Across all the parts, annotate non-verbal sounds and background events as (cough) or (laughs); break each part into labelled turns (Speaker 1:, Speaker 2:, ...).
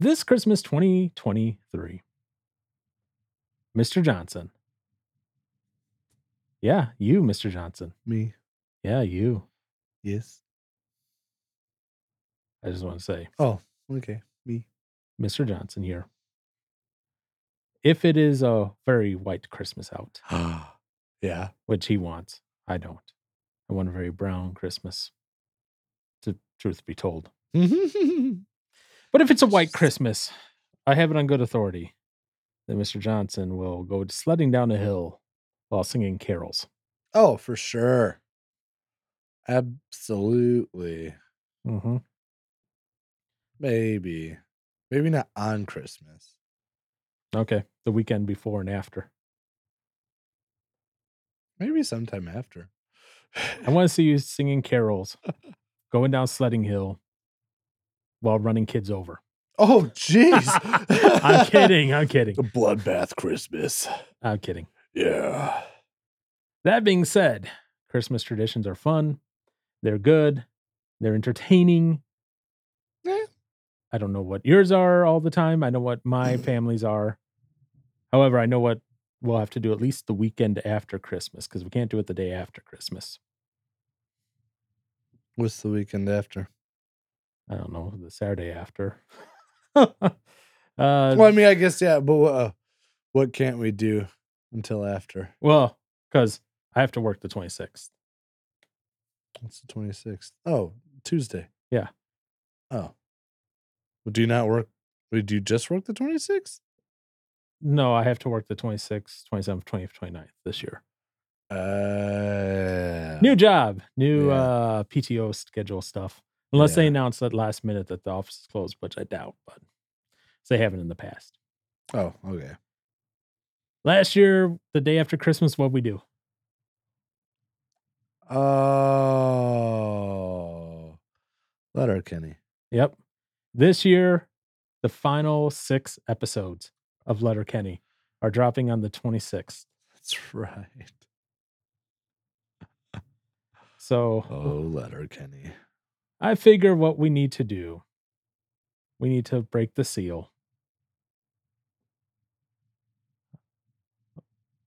Speaker 1: This Christmas 2023, Mr. Johnson. Yeah, you, Mr. Johnson.
Speaker 2: Me.
Speaker 1: Yeah, you.
Speaker 2: Yes.
Speaker 1: I just want to say,
Speaker 2: Oh, (laughs) okay. Me.
Speaker 1: Mr. Johnson here. If it is a very white Christmas out,
Speaker 2: (gasps) yeah.
Speaker 1: which he wants, I don't. I want a very brown Christmas, to truth be told.
Speaker 2: yeah.
Speaker 1: But if it's a white Christmas, I have it on good authority that Mr. Johnson will go sledding down a hill while singing carols.
Speaker 2: Oh, for sure. Absolutely.
Speaker 1: Mm-hmm.
Speaker 2: Maybe. Maybe not on Christmas.
Speaker 1: Okay. The weekend before and after.
Speaker 2: Maybe sometime (laughs) after. (sighs)
Speaker 1: I want to see you singing carols, going down sledding hill while running kids over.
Speaker 2: oh, jeez.
Speaker 1: I'm
Speaker 2: (laughs)
Speaker 1: kidding. I'm kidding.
Speaker 2: A bloodbath Christmas.
Speaker 1: I'm kidding.
Speaker 2: Yeah.
Speaker 1: That being said, Christmas traditions are fun. They're good. They're entertaining.
Speaker 2: Yeah.
Speaker 1: I don't know what yours are all the time. I know what my families are. However, I know what we'll have to do at least the weekend after Christmas because we can't do it the day after Christmas.
Speaker 2: What's the weekend after?
Speaker 1: I don't know, the Saturday after. (laughs) uh,
Speaker 2: Well, I mean, I guess, yeah, but uh, what can't we do until after?
Speaker 1: well, because I have to work the 26th.
Speaker 2: It's the 26th. Oh, Tuesday.
Speaker 1: Yeah.
Speaker 2: Oh. Well, do you not work? Wait, do you just work the 26th?
Speaker 1: No, I have to work the 26th, 27th, 20th, 29th this year.
Speaker 2: Uh,
Speaker 1: new job, new
Speaker 2: Yeah.
Speaker 1: uh PTO schedule stuff. Unless they
Speaker 2: Yeah.
Speaker 1: announce at last minute that the office is closed, which I doubt, but they haven't in the past.
Speaker 2: Oh, okay.
Speaker 1: Last year, the day after Christmas, what we do?
Speaker 2: Oh. Letter Kenny.
Speaker 1: Yep. This year, the final six episodes of Letter Kenny are dropping on the 26th.
Speaker 2: That's right. (laughs)
Speaker 1: So
Speaker 2: Oh, Letter Kenny.
Speaker 1: I figure what we need to do, we need to break the seal.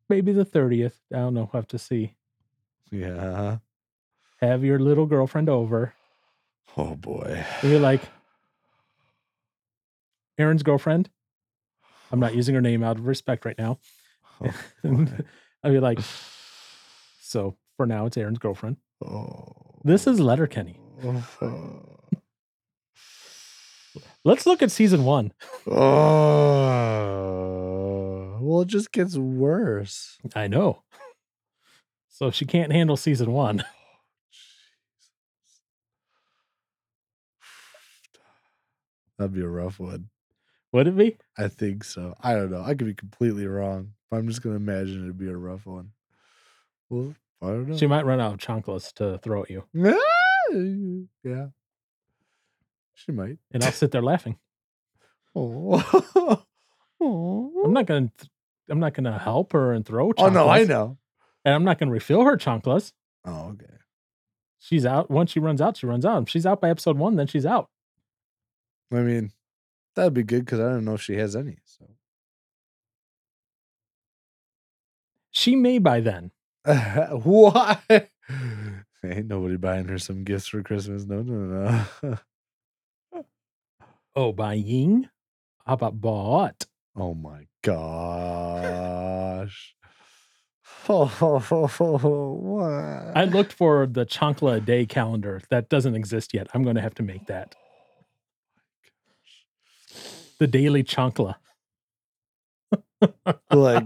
Speaker 1: Maybe the 30th. I don't know. have to see.
Speaker 2: Yeah.
Speaker 1: have your little girlfriend over
Speaker 2: Oh, boy.
Speaker 1: and you're like, Aaron's girlfriend. I'm not using her name out of respect right now. (laughs)
Speaker 2: Oh,
Speaker 1: I'll
Speaker 2: boy.
Speaker 1: be like, so for now it's Aaron's girlfriend.
Speaker 2: Oh.
Speaker 1: (laughs) This is Letterkenny.
Speaker 2: Oh. (laughs)
Speaker 1: Let's look at season one.
Speaker 2: Oh. Well, it just gets worse.
Speaker 1: I know. So she can't handle season one.
Speaker 2: (sighs) That'd be a rough one.
Speaker 1: Would it be?
Speaker 2: I think so. I don't know. I could be completely wrong, but I'm just gonna imagine it'd be a rough one. Well, I don't know.
Speaker 1: She might run out of chonkless to throw at you.
Speaker 2: (laughs) yeah, she might.
Speaker 1: And I'll sit there laughing.
Speaker 2: (laughs) Oh,
Speaker 1: I'm
Speaker 2: oh
Speaker 1: not gonna th- I'm not gonna help her and throw chonkless.
Speaker 2: no, I know.
Speaker 1: And I'm not gonna refill her chonkless.
Speaker 2: Oh, okay.
Speaker 1: She's out. Once she runs out, she runs out. If she's out by episode one, then she's out.
Speaker 2: I mean, that'd be good because I don't know if she has any. So
Speaker 1: She may by then.
Speaker 2: (laughs) Why? Ain't nobody buying her some gifts for Christmas. No, no, no. (laughs)
Speaker 1: Oh, by Ying? How about bought?
Speaker 2: oh my gosh. (laughs) Oh, what?
Speaker 1: I looked for the Chankla a day calendar. That doesn't exist yet. I'm going to have to make that. The daily Chankla. (laughs)
Speaker 2: like,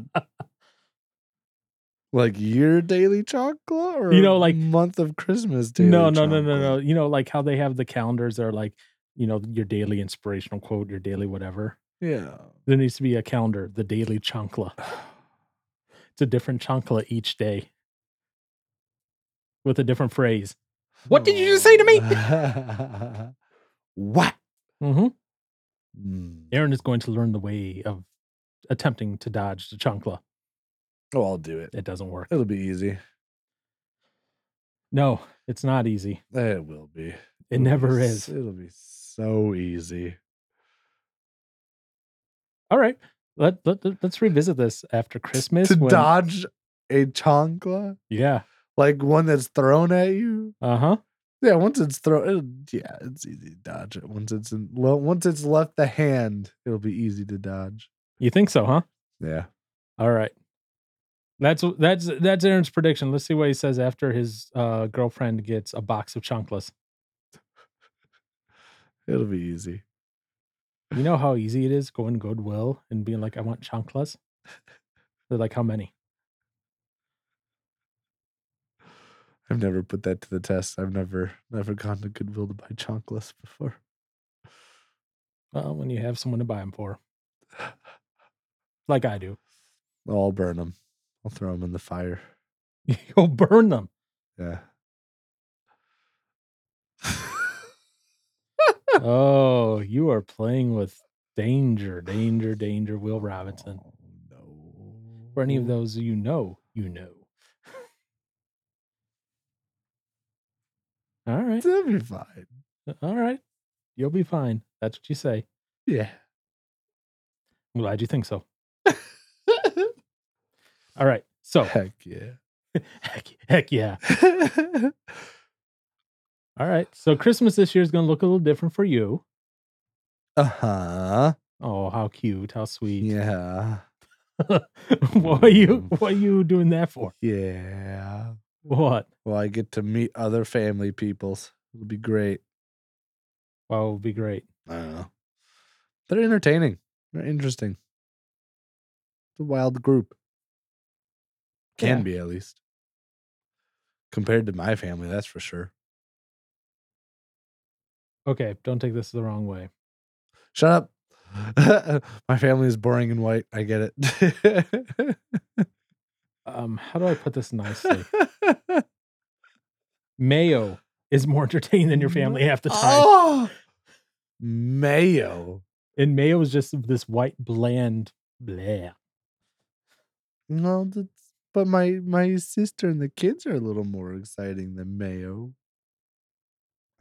Speaker 2: like your daily chocolate, or
Speaker 1: You know, like-
Speaker 2: month of Christmas. Daily
Speaker 1: No, no, no, no,
Speaker 2: chocolate?
Speaker 1: no. You know, like how they have the calendars that are like, you know, your daily inspirational quote, your daily whatever.
Speaker 2: Yeah.
Speaker 1: There needs to be a calendar, the daily Chankla. It's a different Chankla each day with a different phrase. What did you just say to me?
Speaker 2: me? (laughs) what?
Speaker 1: Mm-hmm.
Speaker 2: Mm.
Speaker 1: Aaron is going to learn the way of attempting to dodge the Chankla.
Speaker 2: Oh, I'll do it.
Speaker 1: It doesn't work.
Speaker 2: It'll be easy.
Speaker 1: No, it's not easy.
Speaker 2: It will be.
Speaker 1: It
Speaker 2: It'll be
Speaker 1: never is.
Speaker 2: s- It'll be so easy.
Speaker 1: All right. Let, let, let's revisit this after Christmas.
Speaker 2: to
Speaker 1: when-
Speaker 2: dodge a chancla,
Speaker 1: Yeah.
Speaker 2: like one that's thrown at you.
Speaker 1: Uh huh.
Speaker 2: Yeah, once it's thrown, yeah, it's easy to dodge it. Once it's in, lo- once it's left the hand, it'll be easy to dodge.
Speaker 1: You think so, huh?
Speaker 2: Yeah,
Speaker 1: All right. That's that's that's Aaron's prediction. Let's see what he says after his uh, girlfriend gets a box of chonklas.
Speaker 2: it'll be easy.
Speaker 1: You know how easy it is going Goodwill and being like, "I want chonklas." They're like, "How many?"
Speaker 2: I've never put that to the test. I've never never gone to Goodwill to buy chanclas before.
Speaker 1: Well, when you have someone to buy them for, like I do, (laughs)
Speaker 2: I'll burn them. I'll throw them in the fire.
Speaker 1: you'll burn them.
Speaker 2: Yeah.
Speaker 1: oh, you are playing with danger, danger, danger. Will Robinson.
Speaker 2: Oh, mm-hmm. no.
Speaker 1: For any of those you know, you know. All right.
Speaker 2: It'll be fine.
Speaker 1: All right. You'll be fine. That's what you say.
Speaker 2: (laughs) Yeah.
Speaker 1: I'm glad you think so. All right. So,
Speaker 2: Heck yeah. (laughs)
Speaker 1: (laughs) heck, heck yeah. All right. So, Christmas this year is going to look a little different for you.
Speaker 2: uh huh.
Speaker 1: Oh, how cute. How (laughs) sweet.
Speaker 2: Yeah.
Speaker 1: what are you what are you doing that
Speaker 2: (laughs)
Speaker 1: for?
Speaker 2: Yeah.
Speaker 1: What?
Speaker 2: Well, I get to meet other family peoples. It'll be great.
Speaker 1: Wow, it would be great.
Speaker 2: I don't know. They're entertaining. They're interesting. It's a wild group. Can
Speaker 1: Yeah.
Speaker 2: be at least. Compared to my family, that's for sure.
Speaker 1: Okay, don't take this the wrong way.
Speaker 2: Shut up. (laughs) my family is boring and white. I get it.
Speaker 1: Um, how do I put this nicely?
Speaker 2: (laughs)
Speaker 1: Mayo is more (laughs) entertaining than your family half the time.
Speaker 2: Mm-hmm. Oh, mayo.
Speaker 1: And mayo is just this white bland blah.
Speaker 2: No, that's, but my my sister and the kids are a little more exciting than mayo.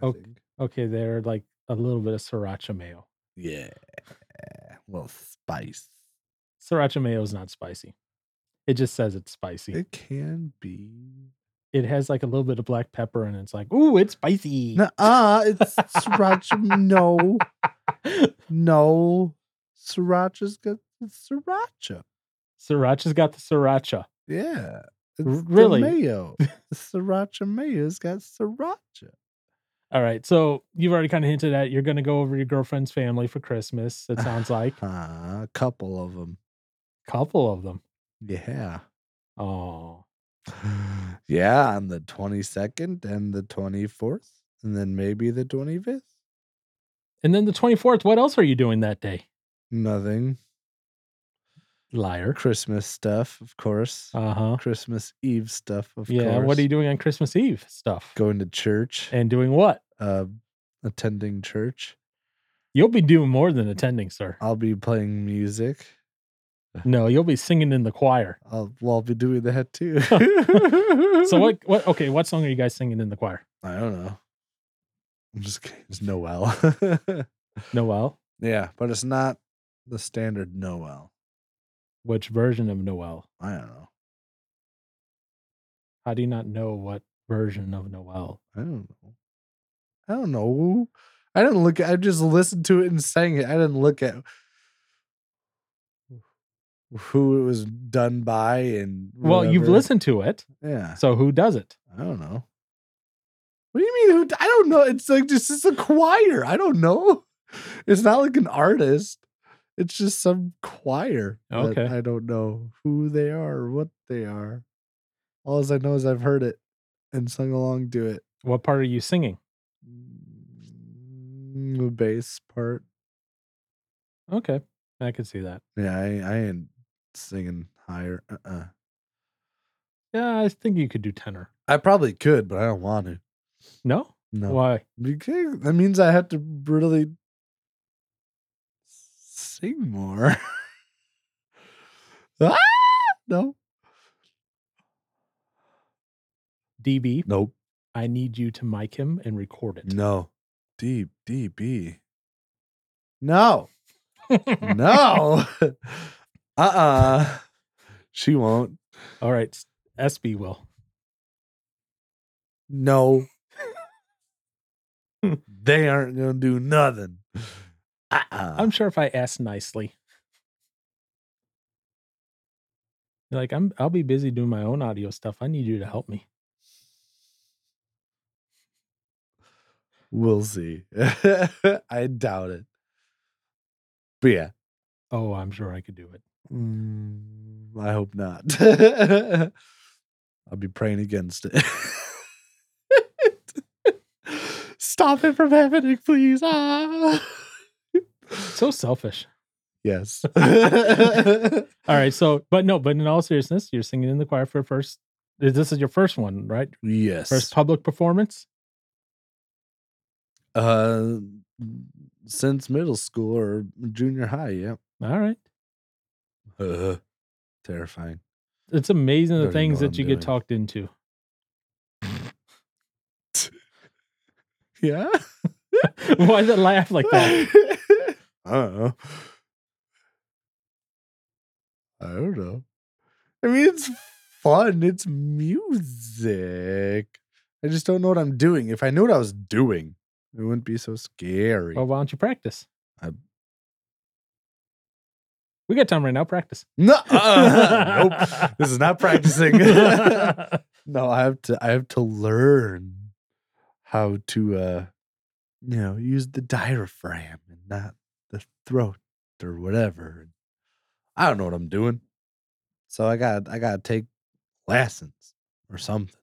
Speaker 2: I
Speaker 1: Okay.
Speaker 2: think.
Speaker 1: Okay, they're like a little bit of sriracha mayo.
Speaker 2: Yeah. Well, spice.
Speaker 1: Sriracha mayo is not spicy. It just says it's spicy.
Speaker 2: It can be.
Speaker 1: It has like a little bit of black pepper and it's like, ooh, it's spicy.
Speaker 2: Nuh-uh, uh, it's sriracha.
Speaker 1: (laughs)
Speaker 2: No, no, sriracha's got it's sriracha.
Speaker 1: Sriracha's got the sriracha.
Speaker 2: Yeah, it's the
Speaker 1: really? (laughs)
Speaker 2: mayo. The sriracha mayo's got sriracha.
Speaker 1: All right. So you've already kind of hinted at you're going to go over to your girlfriend's family for Christmas.
Speaker 2: (sighs)
Speaker 1: It sounds like
Speaker 2: Uh, a couple of them.
Speaker 1: a couple of them.
Speaker 2: Yeah.
Speaker 1: Oh,
Speaker 2: (sighs) Yeah, on the 22nd and the 24th, and then maybe the 25th.
Speaker 1: and then the 24th. What else are you doing that day?
Speaker 2: Nothing.
Speaker 1: Liar.
Speaker 2: Christmas stuff, of course.
Speaker 1: Uh huh.
Speaker 2: Christmas Eve stuff, of
Speaker 1: Yeah.
Speaker 2: course.
Speaker 1: What are you doing on Christmas Eve stuff?
Speaker 2: Going to church,
Speaker 1: And doing what?
Speaker 2: uh, attending church.
Speaker 1: You'll be doing more than attending, sir.
Speaker 2: I'll be playing music. Uh,
Speaker 1: No, you'll be singing in the choir.
Speaker 2: I'll, well, I'll be doing that too.
Speaker 1: (laughs)
Speaker 2: (laughs)
Speaker 1: So what? What? Okay, what song are you guys singing in the choir?
Speaker 2: I don't know. I'm just kidding. It's Noel. (laughs)
Speaker 1: Noel.
Speaker 2: yeah, but it's not the standard Noel.
Speaker 1: Which version of Noel?
Speaker 2: I don't know.
Speaker 1: How do you not know what version of Noel?
Speaker 2: I don't know. I don't know. I didn't look. At, I just listened to it and sang it. I didn't look at who it was done by and.
Speaker 1: Well, you've
Speaker 2: whatever.
Speaker 1: listened to
Speaker 2: (laughs)
Speaker 1: it,
Speaker 2: Yeah,
Speaker 1: so who does it?
Speaker 2: I don't know. What do you mean? Who? d- I don't know. It's like just it's a choir. I don't know. (laughs) It's not like an artist. It's just some choir. that
Speaker 1: Okay.
Speaker 2: I don't know who they are or what they are. All I know is I've heard it and sung along to it.
Speaker 1: What part are you singing?
Speaker 2: Mm, the bass part.
Speaker 1: Okay, I can see that.
Speaker 2: Yeah, I, I ain't singing higher. Uh-uh.
Speaker 1: Yeah, I think you could do tenor.
Speaker 2: I probably could, but I don't want to.
Speaker 1: No,
Speaker 2: No,
Speaker 1: why?
Speaker 2: because that means I have to really sing more. (laughs) ah! No,
Speaker 1: DB,
Speaker 2: nope,
Speaker 1: I need you to mic him and record it.
Speaker 2: no, deep, deep, no. no. (laughs) uh uh She won't.
Speaker 1: All right, SB will.
Speaker 2: No. they aren't going to do nothing. Uh uh
Speaker 1: I'm sure if I ask nicely, You're like I'm, I'll be busy doing my own audio stuff. I need you to help me.
Speaker 2: We'll see. (laughs) I doubt it. But yeah.
Speaker 1: Oh, I'm sure I could do it.
Speaker 2: Mm, I hope not. (laughs) I'll be praying against it. (laughs) Stop it from happening, please. Ah.
Speaker 1: So selfish.
Speaker 2: Yes.
Speaker 1: All right. So, but no, but in all seriousness, you're singing in the choir for first. This is your first one, right?
Speaker 2: yes.
Speaker 1: First public performance.
Speaker 2: Uh, since middle school or junior high, yeah.
Speaker 1: All right.
Speaker 2: Uh, terrifying.
Speaker 1: It's amazing
Speaker 2: Don't
Speaker 1: the
Speaker 2: even
Speaker 1: things
Speaker 2: know
Speaker 1: that
Speaker 2: what
Speaker 1: you
Speaker 2: I'm
Speaker 1: get
Speaker 2: doing.
Speaker 1: talked into. (laughs)
Speaker 2: Yeah.
Speaker 1: Why did it laugh
Speaker 2: (laughs)
Speaker 1: like that?
Speaker 2: I don't know. I don't know. I mean, it's fun. It's music. I just don't know what I'm doing. If I knew what I was doing, it wouldn't be so scary.
Speaker 1: Well, why don't you practice?
Speaker 2: I-
Speaker 1: We got time right now. Practice.
Speaker 2: No, uh, (laughs) nope. This is (laughs) not practicing. no, I have to. I have to learn how to, uh, you know, use the diaphragm and not the throat or whatever. I don't know what I'm doing, so I got. I got to take lessons or something.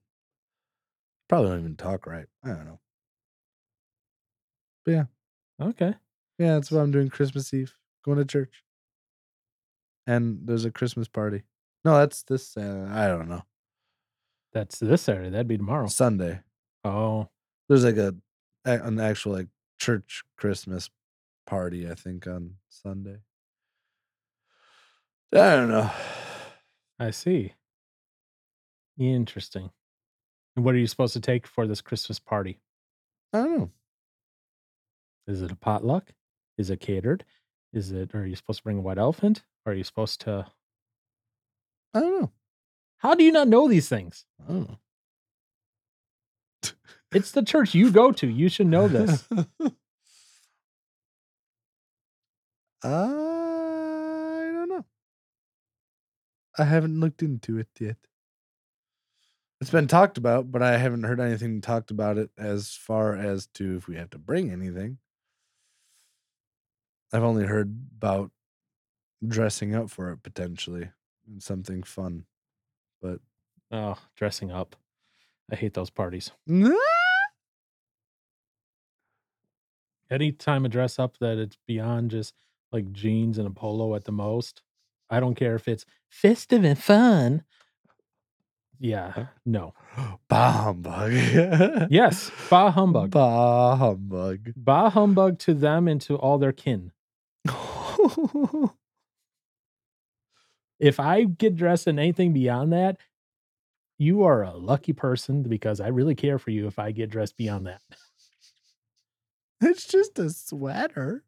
Speaker 2: Probably don't even talk right. I don't know.
Speaker 1: (laughs) okay.
Speaker 2: Yeah, that's what I'm doing Christmas Eve. Going to church. And there's a Christmas party. No, that's this. Uh, I don't know.
Speaker 1: That's this Saturday. That'd be tomorrow.
Speaker 2: Sunday.
Speaker 1: Oh,
Speaker 2: There's like a a- an actual like church Christmas party. I think on Sunday. I don't know. (sighs)
Speaker 1: I see. Interesting. And what are you supposed to take for this Christmas party?
Speaker 2: I don't know.
Speaker 1: Is it a potluck? Is it catered? Is it? Are you supposed to bring a white elephant? Are you supposed to?
Speaker 2: I don't know.
Speaker 1: How do you not know these things?
Speaker 2: I don't know.
Speaker 1: It's the church you go to. You should know
Speaker 2: (laughs)
Speaker 1: this.
Speaker 2: I don't know. I haven't looked into it yet. It's been talked about, but I haven't heard anything talked about it as far as to if we have to bring anything. I've only heard about dressing up for it potentially and something fun. (gasps)
Speaker 1: Oh, dressing up. I hate those parties. any time I dress up that it's beyond just like jeans and a polo at the most. I don't care if it's festive and fun. Yeah, no.
Speaker 2: Bah humbug. (laughs) yeah,
Speaker 1: Yes, bah humbug. Bah,
Speaker 2: Bah humbug.
Speaker 1: humbug to them and to all their kin. If I get dressed in anything beyond that, you are a lucky person because I really care for you if I get dressed beyond that.
Speaker 2: it's just a sweater.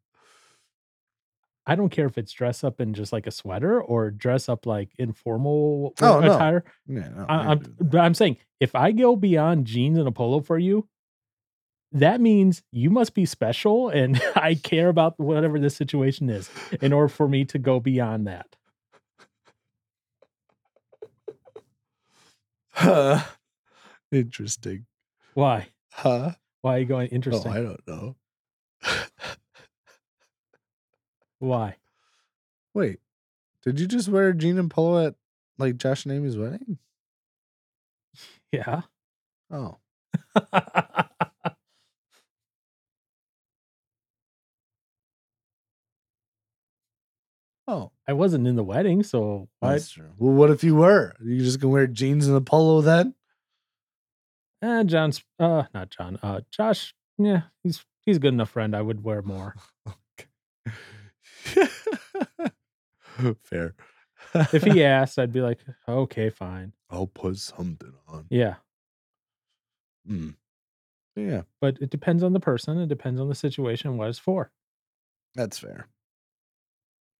Speaker 1: I don't care if it's dress up in just like a sweater or dress up like informal
Speaker 2: Oh, no.
Speaker 1: attire.
Speaker 2: Yeah, no,
Speaker 1: I,
Speaker 2: I
Speaker 1: I'm,
Speaker 2: do that.
Speaker 1: but I'm saying if I go beyond jeans and a polo for you, that means you must be special, and (laughs) I care about whatever the situation is in order for me to go beyond that.
Speaker 2: Huh. Interesting.
Speaker 1: Why?
Speaker 2: Huh?
Speaker 1: Why are you going
Speaker 2: Oh,
Speaker 1: interesting?
Speaker 2: I don't know.
Speaker 1: Why?
Speaker 2: Wait, did you just wear a jean and polo at like Josh and Amy's wedding?
Speaker 1: Yeah. (laughs)
Speaker 2: Oh, oh,
Speaker 1: I wasn't in the wedding, so why?
Speaker 2: that's true. Well, what if you were? Are you just gonna wear jeans and a polo then? (laughs)
Speaker 1: Eh, John's uh not John. Uh Josh, yeah, he's he's a good enough friend. I would wear more.
Speaker 2: Fair.
Speaker 1: If he asked, I'd be like, okay, fine.
Speaker 2: (laughs) I'll put something on.
Speaker 1: Yeah.
Speaker 2: Mm. Yeah,
Speaker 1: But it depends on the person, it depends on the situation, what it's for.
Speaker 2: that's fair.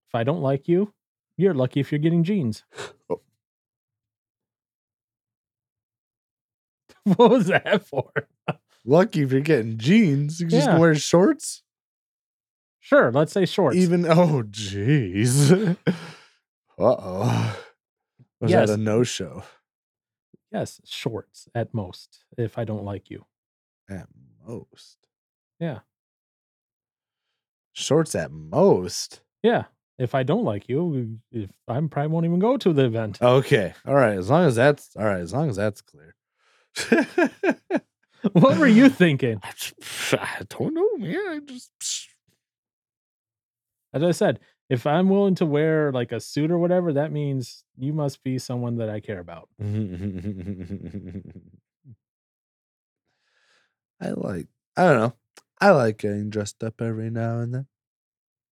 Speaker 1: If I don't like you, you're lucky if you're getting jeans.
Speaker 2: Oh.
Speaker 1: (laughs) what was that for?
Speaker 2: Lucky if you're getting jeans, you can just
Speaker 1: Yeah.
Speaker 2: wear shorts.
Speaker 1: Sure, let's say shorts.
Speaker 2: Even (laughs) oh jeez. uh oh. Was
Speaker 1: Yes.
Speaker 2: that a no show?
Speaker 1: yes, shorts at most if I don't like you.
Speaker 2: At most.
Speaker 1: Yeah.
Speaker 2: Shorts at most.
Speaker 1: Yeah. If I don't like you, if I probably won't even go to the
Speaker 2: Uh,
Speaker 1: event.
Speaker 2: Okay. All right. As long as that's all right, as long as that's (laughs) clear.
Speaker 1: (laughs) what were
Speaker 2: (laughs)
Speaker 1: you thinking?
Speaker 2: I just- I don't know, man. I just
Speaker 1: As I said, if I'm willing to wear like a suit or whatever, that means you must be someone that I care about.
Speaker 2: I like. (laughs) I don't know. I like getting dressed up every now and then.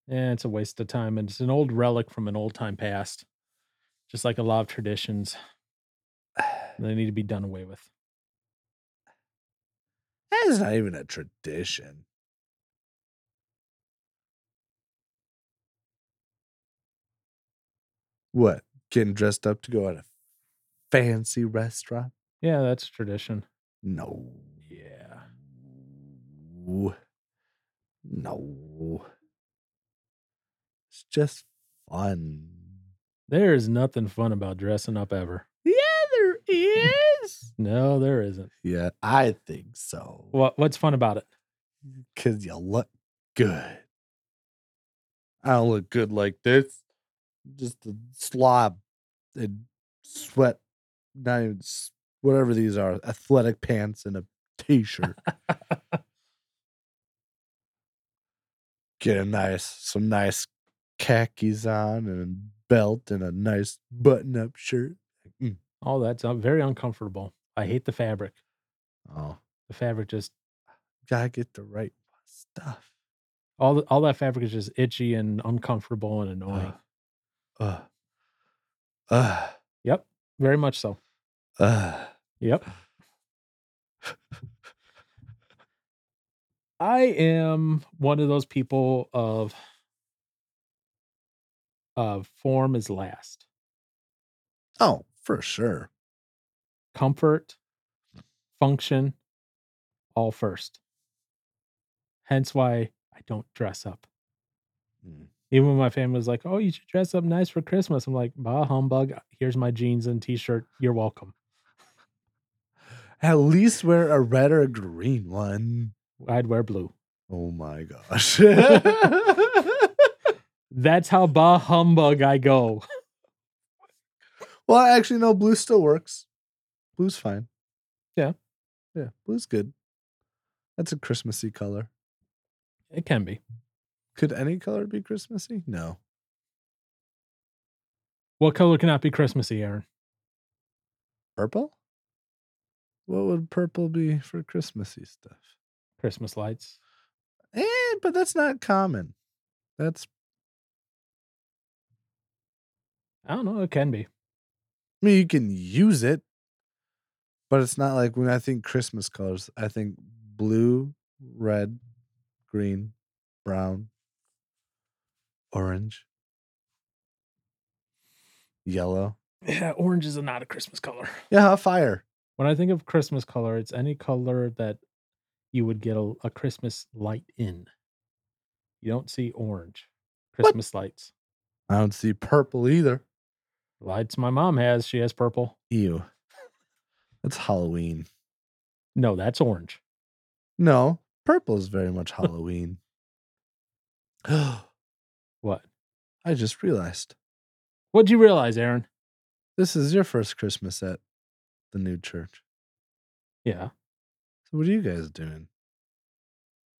Speaker 1: Yeah, Eh, it's a waste of time. And it's an old relic from an old time past, just like a lot of traditions. (sighs) They need to be done away with.
Speaker 2: That is not even a tradition. What? Getting dressed up to go at a fancy restaurant?
Speaker 1: Yeah, that's a tradition.
Speaker 2: No.
Speaker 1: Yeah.
Speaker 2: No. It's just fun.
Speaker 1: There is nothing fun about dressing up ever.
Speaker 2: Yeah, there is.
Speaker 1: No, there isn't.
Speaker 2: (laughs) yeah, I think so.
Speaker 1: What what's fun about it?
Speaker 2: Because you look good. I don't look good like this. Just a slob and sweat. Not even s- whatever these are athletic pants and a t shirt. Get a nice, some nice khakis on and a belt and a nice button up shirt.
Speaker 1: All that's uh, very uncomfortable. I hate the fabric.
Speaker 2: Oh,
Speaker 1: The fabric just
Speaker 2: gotta get the right stuff.
Speaker 1: all th- all that fabric is just itchy and uncomfortable and annoying.
Speaker 2: Uh, uh,
Speaker 1: Very much so.
Speaker 2: uh.
Speaker 1: Yep. I am one of those people of of form is last.
Speaker 2: Oh, for sure.
Speaker 1: Comfort, function, all first. Hence why I don't dress up.
Speaker 2: Mm.
Speaker 1: Even when my family was like, "Oh, you should dress up nice for Christmas," I'm like, "Bah humbug! uh, Here's my jeans and t-shirt. You're welcome."
Speaker 2: At least wear a red or a green one.
Speaker 1: I'd wear blue.
Speaker 2: Oh my gosh. (laughs)
Speaker 1: That's how bah humbug I go. (laughs)
Speaker 2: well, actually, no, blue still works. Blue's fine.
Speaker 1: Yeah.
Speaker 2: Yeah, blue's good. That's a Christmassy color.
Speaker 1: It can be.
Speaker 2: Could any color be Christmassy? No.
Speaker 1: What color cannot be Christmassy, Aaron?
Speaker 2: Purple? What would purple be for Christmassy stuff?
Speaker 1: Christmas lights.
Speaker 2: Eh, but that's not common. That's
Speaker 1: I don't know. It can be.
Speaker 2: I mean, you can use it, but it's not like when I think Christmas colors, I think blue, red, green, brown, orange, yellow.
Speaker 1: Yeah, orange is not a Christmas color.
Speaker 2: Yeah, fire.
Speaker 1: When I think of Christmas color, it's any color that you would get a, a Christmas light in. You don't see orange Christmas lights.
Speaker 2: I don't see purple either.
Speaker 1: Lights my mom has. She has purple.
Speaker 2: Ew. That's Halloween.
Speaker 1: No, that's orange.
Speaker 2: No, purple is very much Halloween. (gasps) I
Speaker 1: What?
Speaker 2: just realized
Speaker 1: What'd you realize, Aaron?
Speaker 2: this is your first Christmas at the new church.
Speaker 1: Yeah,
Speaker 2: So, what are you guys doing?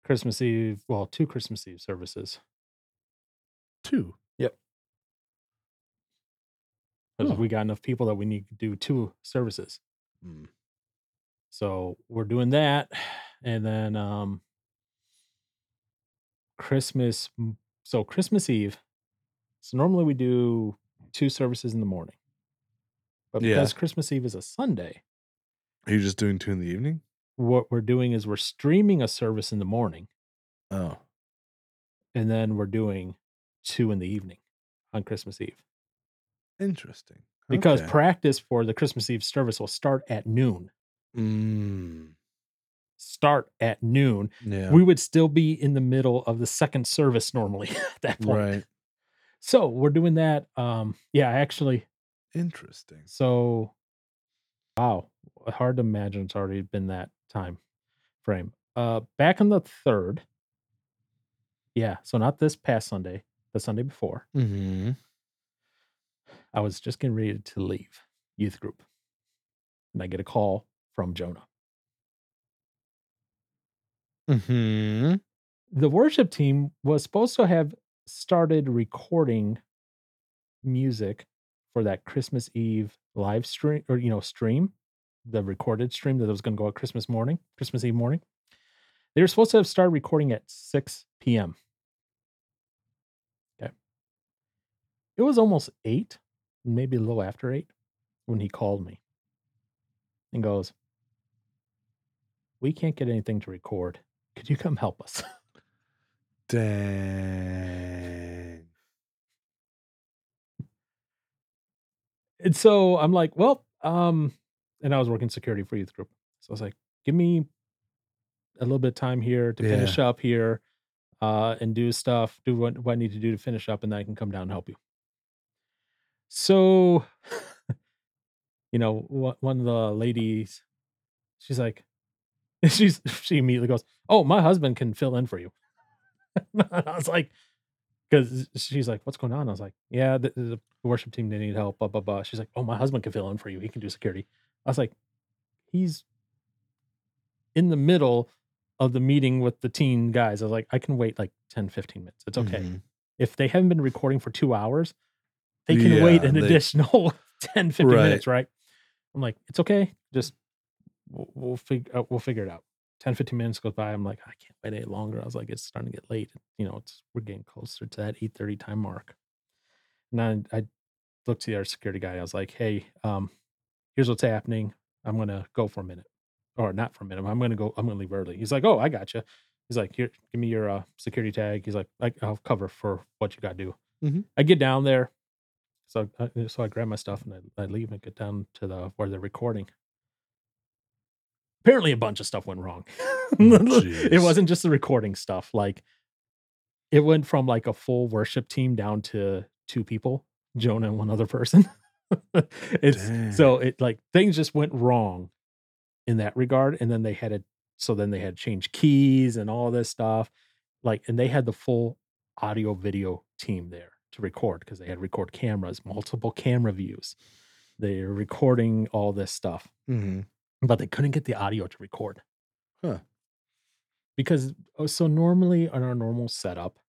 Speaker 1: Christmas Eve. Well, two Christmas Eve services.
Speaker 2: Two.
Speaker 1: Because
Speaker 2: Oh.
Speaker 1: we got enough people that we need to do two services.
Speaker 2: Mm.
Speaker 1: So we're doing that. And then um Christmas m- so Christmas Eve. So normally we do two services in the morning. But
Speaker 2: Yeah.
Speaker 1: because Christmas Eve is a Sunday,
Speaker 2: Are you just doing two in the evening?
Speaker 1: what we're doing is we're streaming a service in the morning
Speaker 2: Oh.
Speaker 1: and then we're doing two in the evening. on Christmas Eve
Speaker 2: Interesting.
Speaker 1: because
Speaker 2: Okay.
Speaker 1: practice for the Christmas Eve service will start at noon.
Speaker 2: Mm,
Speaker 1: Start at noon.
Speaker 2: yeah.
Speaker 1: We would still be in the middle of the second service normally (laughs) at that point.
Speaker 2: right.
Speaker 1: So we're doing that. Um, yeah, actually,
Speaker 2: Interesting.
Speaker 1: So, wow, uh, hard to imagine it's already been that time frame. Uh, back on the third, yeah. So not this past Sunday, the Sunday before.
Speaker 2: Mm-hmm.
Speaker 1: I was just getting ready to leave youth group, and I get a call from Jonah.
Speaker 2: Mm-hmm.
Speaker 1: The worship team was supposed to have started recording music for that Christmas Eve live stream, or you know, stream, the recorded stream that was going to go out Christmas morning, Christmas Eve morning. They were supposed to have started recording at 6 p.m. Okay. It was almost eight, maybe a little after eight, when he called me and goes, We can't get anything to record. Could you come help us?
Speaker 2: Dang.
Speaker 1: And so I'm like, well, um, and I was working security for youth group. So I was like, give me a little bit of time here to finish up here, uh, and do stuff, do what, what I need to do to finish up, and then I can come down and help you. So, (laughs) you know, one one of the ladies, she's like, (laughs) she's she immediately goes, "Oh, my husband can fill in for you." (laughs) I was like, because she's like, "What's going on?" I was like, "Yeah, the, the worship team they need help." Blah blah blah. She's like, "Oh, my husband can fill in for you. He can do security." I was like, "He's in the middle of the meeting with the teen guys." I was like, "I can wait like 10, 15 minutes. It's okay.
Speaker 2: Mhm.
Speaker 1: If they haven't been recording for two hours, they can wait
Speaker 2: Yeah,
Speaker 1: an
Speaker 2: they-
Speaker 1: additional (laughs) 10, 15
Speaker 2: Right.
Speaker 1: minutes, right?" I'm like, "It's okay. Just we'll we'll, fig- uh, we'll figure it out." 10 15 minutes goes by i'm like i can't wait any longer i was like it's starting to get late you know it's we're getting closer to that 8 30 time mark and I, I looked to the other security guy i was like hey um here's what's happening i'm gonna go for a minute or not for a minute i'm gonna go i'm gonna leave early he's like oh i gotcha he's like here give me your uh, security tag he's like I, i'll cover for what you gotta do
Speaker 2: Mhm.
Speaker 1: i get down there so I, uh, so i grab my stuff and I, I leave and get down to the where they're recording apparently a bunch of stuff went wrong. (laughs) it
Speaker 2: jeez.
Speaker 1: wasn't just the recording stuff. Like it went from like a full worship team down to two people, Jonah and one other person. (laughs) it's so it like things just went wrong in that regard. And then they had it so then they had to change keys and all this stuff. Like, and they had the full audio video team there to record because they had record cameras, multiple camera views. They're recording all this stuff
Speaker 2: Mhm.
Speaker 1: but they couldn't get the audio to record.
Speaker 2: Huh.
Speaker 1: Because oh, so normally on our normal setup,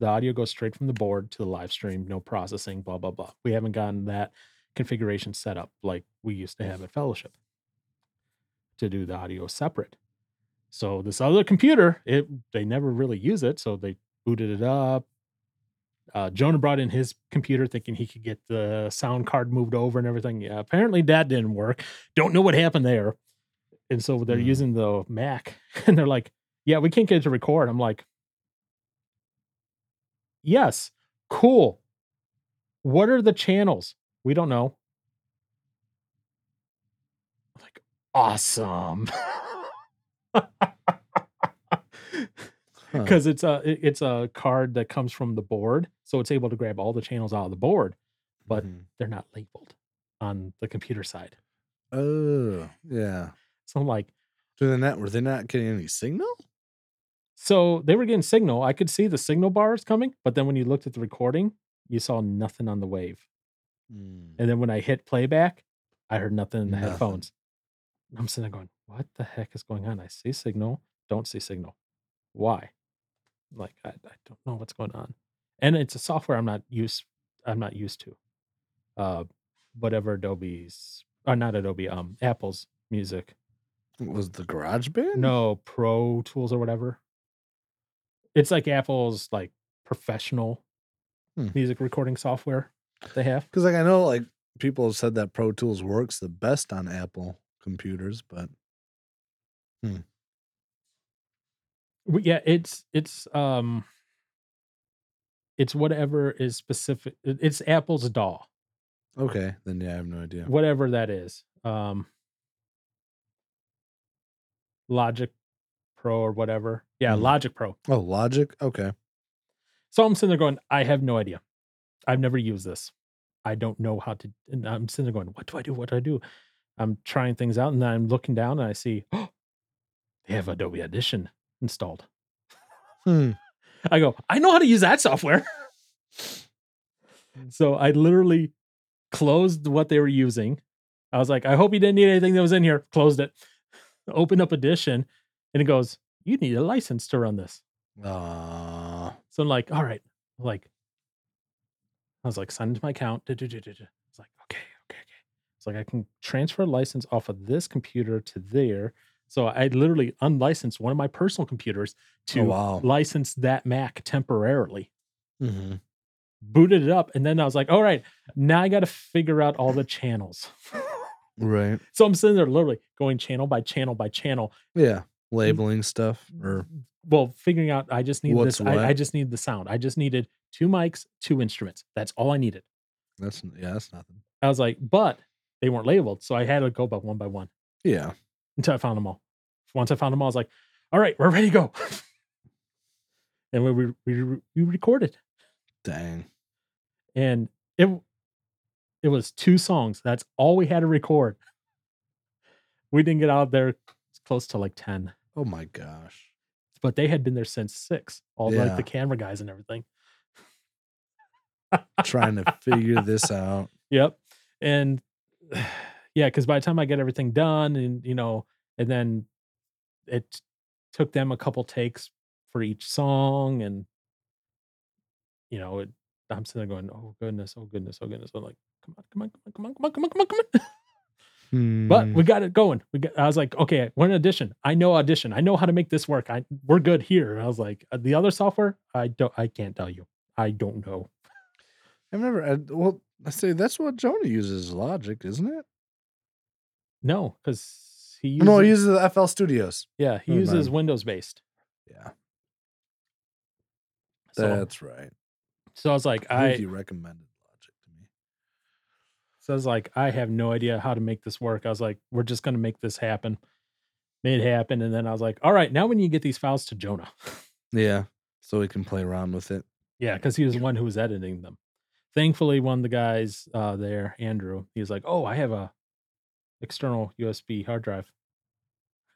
Speaker 1: the audio goes straight from the board to the live stream, no processing, blah blah blah. We haven't gotten that configuration set up like we used to have at Fellowship to do the audio separate. So this other computer, it they never really use it, so they booted it up. Uh, Jonah brought in his computer thinking he could get the sound card moved over and everything. Yeah, apparently that didn't work. Don't know what happened there. And so they're
Speaker 2: Hmm.
Speaker 1: using the Mac (laughs) and they're like, yeah, we can't get it to record. I'm like, yes, cool. What are the channels? We don't know. I'm like, awesome. (laughs)
Speaker 2: Huh.
Speaker 1: because it's a it- it's a card that comes from the board, so it's able to grab all the channels out of the board. but-
Speaker 2: Mhm.
Speaker 1: They're not labeled on the computer side,
Speaker 2: oh yeah.
Speaker 1: so I'm like,
Speaker 2: So they're not were they not getting any signal?
Speaker 1: so they were getting signal. I could see the signal bars coming, but then when you looked at the recording, you saw nothing on the wave.
Speaker 2: Mm.
Speaker 1: And then when I hit playback, I heard nothing in the
Speaker 2: Nothing.
Speaker 1: headphones. I'm sitting there going, what the heck is going on? I see signal, don't see signal. Why? Like I, I don't know what's going on. And it's a software I'm not used I'm not used to. Uh whatever Adobe's or not Adobe, um Apple's music.
Speaker 2: Was the garage band?
Speaker 1: No, Pro Tools or whatever. It's like Apple's like professional
Speaker 2: Hmm.
Speaker 1: music recording software they have.
Speaker 2: Because like I know like people have said that Pro Tools works the best on Apple computers, but
Speaker 1: Well, yeah it's it's um It's whatever is specific. it- It's Apple's DAW,
Speaker 2: Okay, then yeah, I have no idea.
Speaker 1: whatever that is. Um, Logic Pro or whatever. Yeah,
Speaker 2: Mhm.
Speaker 1: Logic Pro.
Speaker 2: Oh, Logic. Okay.
Speaker 1: So I'm sitting there going, I have no idea. I've never used this. I don't know how to. And I'm sitting there going, what do I do? What do I do? I'm trying things out and then I'm looking down and I see, (gasps) oh, they have Adobe Audition installed.
Speaker 2: Hmm.
Speaker 1: (laughs) I go, I know how to use that software. so I literally closed what they were using. I was like, I hope you didn't need anything that was in here. Closed it, (laughs) opened up Edition, and it goes, You need a license to run this.
Speaker 2: Uh,
Speaker 1: So I'm like, all right, like, I was like, sign into my account. duh, duh, duh, duh, duh. It's like, okay, okay, okay. It's like I can transfer a license off of this computer to there. So I literally unlicensed one of my personal computers to
Speaker 2: wow.
Speaker 1: license that Mac temporarily.
Speaker 2: hmm
Speaker 1: Booted it up, and then I was like, all right, now I got to figure out all the channels. (laughs)
Speaker 2: Right.
Speaker 1: so I'm sitting there literally going channel by channel by channel.
Speaker 2: Yeah.
Speaker 1: Mm.
Speaker 2: Labeling stuff or
Speaker 1: Well, figuring out I just need
Speaker 2: What's
Speaker 1: this. I, I
Speaker 2: what?
Speaker 1: just need the sound. I just needed two mics, two instruments. That's all I needed.
Speaker 2: that's yeah, that's nothing.
Speaker 1: I was like, but they weren't labeled. So I had to go by one by one
Speaker 2: Yeah.
Speaker 1: until I found them all. Once I found them all, I was like, all right, we're ready to go. (laughs) and we, we, we, we recorded.
Speaker 2: Dang.
Speaker 1: And it it was two songs. That's all we had to record. We didn't get out there close to like 10,
Speaker 2: Oh my gosh.
Speaker 1: but they had been there since six, all like
Speaker 2: Yeah.
Speaker 1: the camera guys and everything.
Speaker 2: Trying to
Speaker 1: (laughs)
Speaker 2: figure this out.
Speaker 1: Yep. And (sighs) yeah, because by the time I get everything done and, you know, and then it took them a couple takes for each song. And, you know, it, I'm sitting there going, oh goodness, oh goodness, oh goodness. I'm like, come on, come on, come on, come on, come on, come on, come on, come on. But
Speaker 2: Mm. Hmm.
Speaker 1: we got it going. We got, I was like, okay, we're in audition. I know audition. I know how to make this work. I we're good here. I was like, "Uh, the other software, I don't, I can't tell you. I don't know.
Speaker 2: I've never. I, well, I say that's what Jonah uses Logic, isn't it?
Speaker 1: No, because he uses,
Speaker 2: No, he uses Oh, the FL Studios.
Speaker 1: yeah, he
Speaker 2: Never
Speaker 1: uses
Speaker 2: mind.
Speaker 1: Windows based.
Speaker 2: Yeah,
Speaker 1: So,
Speaker 2: that's right.
Speaker 1: so I was like,
Speaker 2: I think
Speaker 1: I
Speaker 2: you recommended Logic to me.
Speaker 1: so I was like, I have no idea how to make this work. I was like, we're just gonna make this happen. Made it happen. And then I was like, all right, now we need to get these files to Jonah. (laughs)
Speaker 2: Yeah, so we can play around with it.
Speaker 1: yeah, because he was the one who was editing them. Thankfully, one of the guys uh there, Andrew, he was like, Oh, I have a external USB hard drive.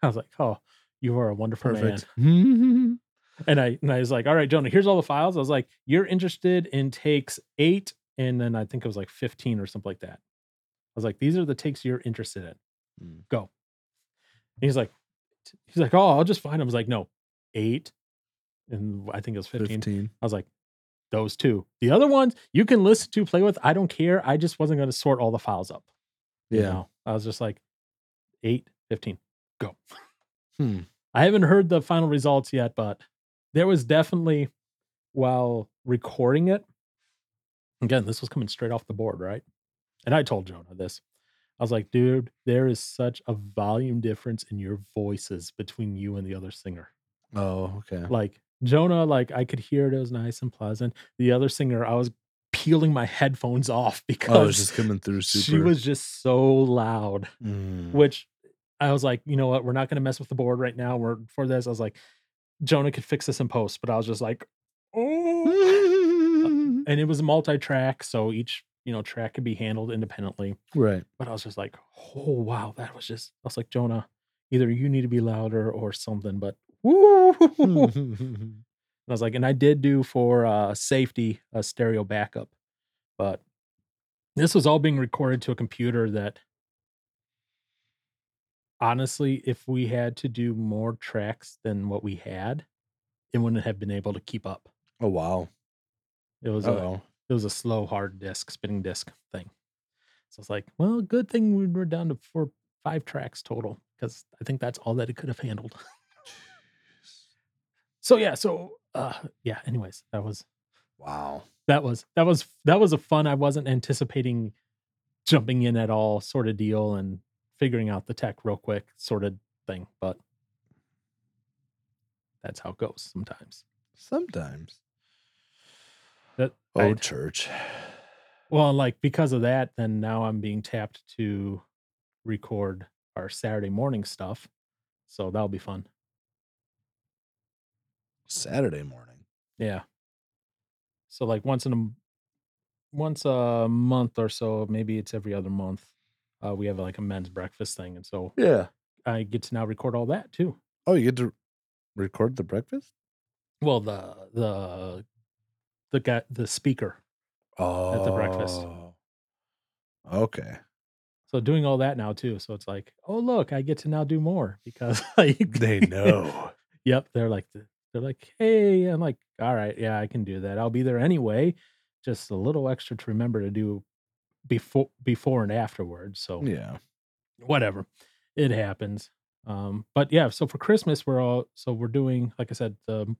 Speaker 1: I was like, Oh, you are a wonderful man.
Speaker 2: Perfect. (laughs) Mhm.
Speaker 1: And I and I was like, all right, Jonah, here's all the files. I was like, you're interested in takes eight, and then I think it was like 15 or something like that. I was like, these are the takes you're interested in.
Speaker 2: Mm.
Speaker 1: Go. And he's like, he's like, oh, I'll just find them. I was like, no, eight, and I think it was 15.
Speaker 2: Fifteen.
Speaker 1: I was like, those two. The other ones you can listen to, play with. I don't care. I just wasn't going to sort all the files up. you
Speaker 2: Yeah.
Speaker 1: know? I was just like, eight, 15.
Speaker 2: Hmm.
Speaker 1: I haven't heard the final results yet, but there was definitely while recording it. Again, this was coming straight off the board, right? And I told Jonah this. I was like, dude, there is such a volume difference in your voices between you and the other singer.
Speaker 2: Oh, okay.
Speaker 1: Like Jonah, like I could hear it, it was nice and pleasant. The other singer, I was peeling my headphones off
Speaker 2: Oh, it's
Speaker 1: because
Speaker 2: just coming through super.
Speaker 1: she was just so loud
Speaker 2: Mm.
Speaker 1: which I was like, you know what, we're not going to mess with the board right now. We're for this. I was like, Jonah could fix this in post, but I was just like, oh, and it was multi-track, so each you know track could be handled independently.
Speaker 2: (laughs) Right.
Speaker 1: But I was just like, oh wow, that was just. I was like, Jonah, either you need to be louder or something. But woo, and I was like, and I did do for uh, safety a stereo backup, but this was all being recorded to a computer that honestly, if we had to do more tracks than what we had, it wouldn't have been able to keep up.
Speaker 2: oh wow.
Speaker 1: It was a
Speaker 2: Oh.
Speaker 1: it was a slow hard disk spinning disk thing. So it's like, well, good thing we were down to four five tracks total because I think that's all that it could have handled. (laughs) so yeah, so uh yeah, anyways, that was
Speaker 2: Wow.
Speaker 1: that was that was that was a fun i wasn't anticipating jumping in at all sort of deal and figuring out the tech real quick sort of thing but that's how it goes sometimes
Speaker 2: Sometimes.
Speaker 1: That-
Speaker 2: oh,
Speaker 1: I-
Speaker 2: church.
Speaker 1: Well, like because of that, then now I'm being tapped to record our Saturday morning stuff. So that'll be fun.
Speaker 2: Saturday morning.
Speaker 1: Yeah. So like once in a m- once a month or so, maybe it's every other month. Uh, we have like a men's breakfast thing, and so
Speaker 2: Yeah.
Speaker 1: I get to now record all that too.
Speaker 2: Oh, you get to record the breakfast?
Speaker 1: Well, the the the guy the speaker.
Speaker 2: Oh.
Speaker 1: the breakfast.
Speaker 2: Okay.
Speaker 1: So doing all that now too. So it's like, oh look, I get to now do more because (laughs) like
Speaker 2: (laughs) They know.
Speaker 1: (laughs) Yep, they're like th- they're like, hey, I'm like, all right, yeah, I can do that. I'll be there anyway. Just a little extra to remember to do before before and afterwards. So
Speaker 2: yeah.
Speaker 1: whatever, it happens. Um, but yeah, so for Christmas we're all so we're doing like I said the m-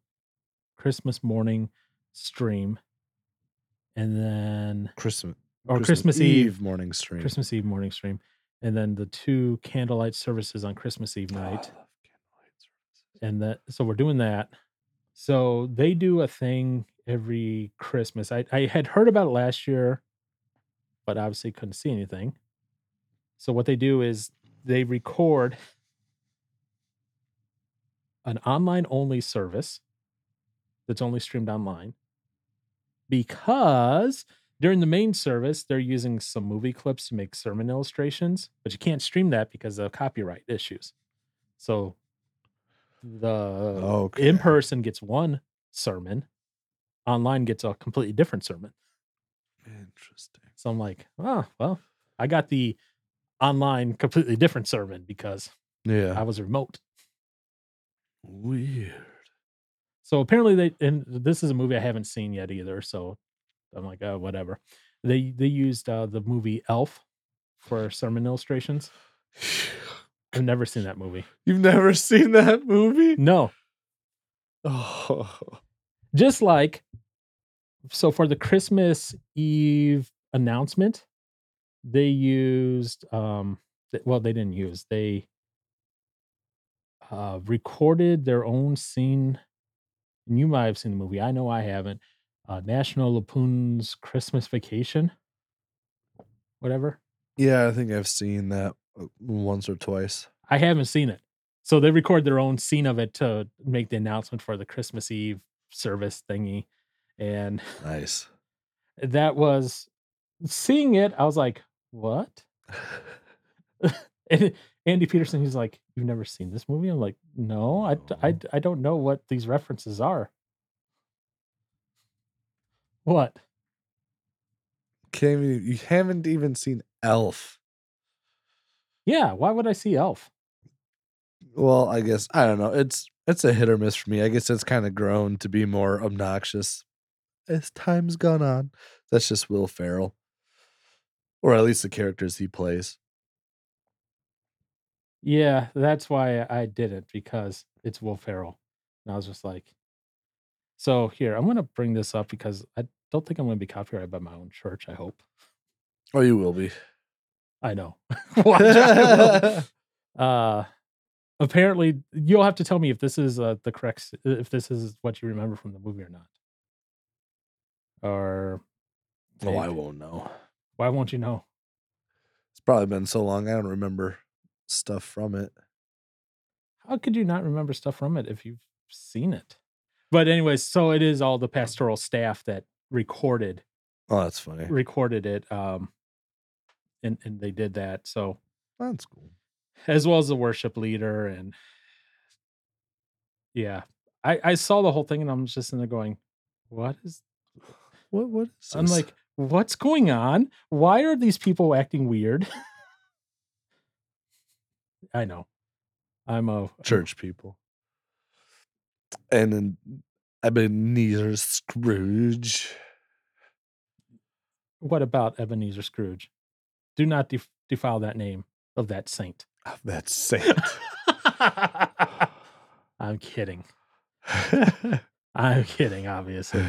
Speaker 1: Christmas morning stream, and then
Speaker 2: Christmas
Speaker 1: or Christmas Eve,
Speaker 2: morning stream.
Speaker 1: Christmas Eve morning stream, and then the two candlelight services on Christmas Eve
Speaker 2: Oh, I
Speaker 1: night.
Speaker 2: love candlelight services.
Speaker 1: and that so we're doing that so they do a thing every christmas i, I had heard about it last year but obviously couldn't see anything so what they do is they record an online only service that's only streamed online because during the main service they're using some movie clips to make sermon illustrations but you can't stream that because of copyright issues so the
Speaker 2: Okay.
Speaker 1: in person gets one sermon, online gets a completely different sermon.
Speaker 2: Interesting.
Speaker 1: So I'm like, oh, well, I got the online completely different sermon because
Speaker 2: Yeah.
Speaker 1: I was remote.
Speaker 2: Weird.
Speaker 1: So apparently they and this is a movie I haven't seen yet either. So I'm like, oh, whatever. They they used uh, the movie Elf for sermon illustrations. I've never seen that movie.
Speaker 2: You've never seen that movie?
Speaker 1: No,
Speaker 2: Oh.
Speaker 1: just like so for the christmas eve announcement they used um th- well they didn't use they uh recorded their own scene and you might have seen the movie i know i haven't uh national lapoon's christmas vacation whatever
Speaker 2: Yeah, I think I've seen that uh, once or twice.
Speaker 1: i haven't seen it so they record their own scene of it to make the announcement for the christmas eve service thingy and
Speaker 2: Nice.
Speaker 1: that was seeing it i was like what and andy peterson he's like you've never seen this movie i'm like no I, d- I
Speaker 2: No.
Speaker 1: d- I don't know what these references are what
Speaker 2: Can't even, you haven't even seen Elf.
Speaker 1: yeah why would i see elf
Speaker 2: Well, I guess I don't know. It's it's a hit or miss for me. I guess it's kind of grown to be more obnoxious as time's gone on. That's just Will Ferrell, or at least the characters he plays.
Speaker 1: yeah that's why i didn't because it's will ferrell and i was just like so here i'm going to bring this up because i don't think i'm going to be copyrighted by my own church i hope
Speaker 2: Oh, you will be.
Speaker 1: i know (laughs) Watch, I will. uh apparently you'll have to tell me if this is uh, the correct s- if this is what you remember from the movie or not or
Speaker 2: oh, I
Speaker 1: maybe-
Speaker 2: won't know.
Speaker 1: why won't you know
Speaker 2: It's probably been so long. I don't remember stuff from it.
Speaker 1: how could you not remember stuff from it if you've seen it but anyways so it is all the pastoral staff that recorded
Speaker 2: Oh, that's funny.
Speaker 1: recorded it um and and they did that so
Speaker 2: That's cool.
Speaker 1: as well as the worship leader and yeah i i saw the whole thing and i'm just in there going what is
Speaker 2: What? What is?
Speaker 1: I'm
Speaker 2: this?
Speaker 1: like, what's going on? Why are these people acting weird? (laughs) I know. I'm a
Speaker 2: church people. And then Ebenezer Scrooge.
Speaker 1: What about Ebenezer Scrooge? Do not def- defile that name of that
Speaker 2: (laughs)
Speaker 1: saint.
Speaker 2: Oh, That's
Speaker 1: (laughs)
Speaker 2: saint.
Speaker 1: I'm kidding. I'm kidding, obviously.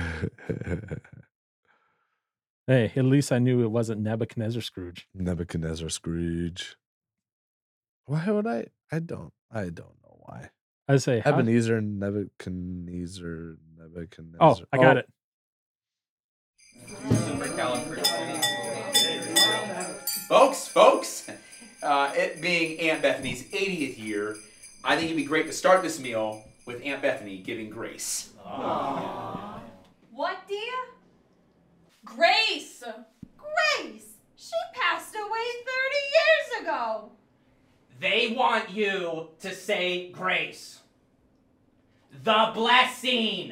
Speaker 1: Hey, at least I knew it wasn't Nebuchadnezzar Scrooge.
Speaker 2: (laughs) Nebuchadnezzar Scrooge. Why would I? I don't. I don't know why.
Speaker 1: I say, how-
Speaker 2: Ebenezer Nebuchadnezzar Nebuchadnezzar.
Speaker 1: oh, I got it.
Speaker 3: folks, folks, uh, it being Aunt Bethany's 80th year, I think it'd be great to start this meal with Aunt Bethany giving grace.
Speaker 4: What, dear? Grace! Grace! She passed away 30 years ago!
Speaker 5: They want you to say grace. The blessing.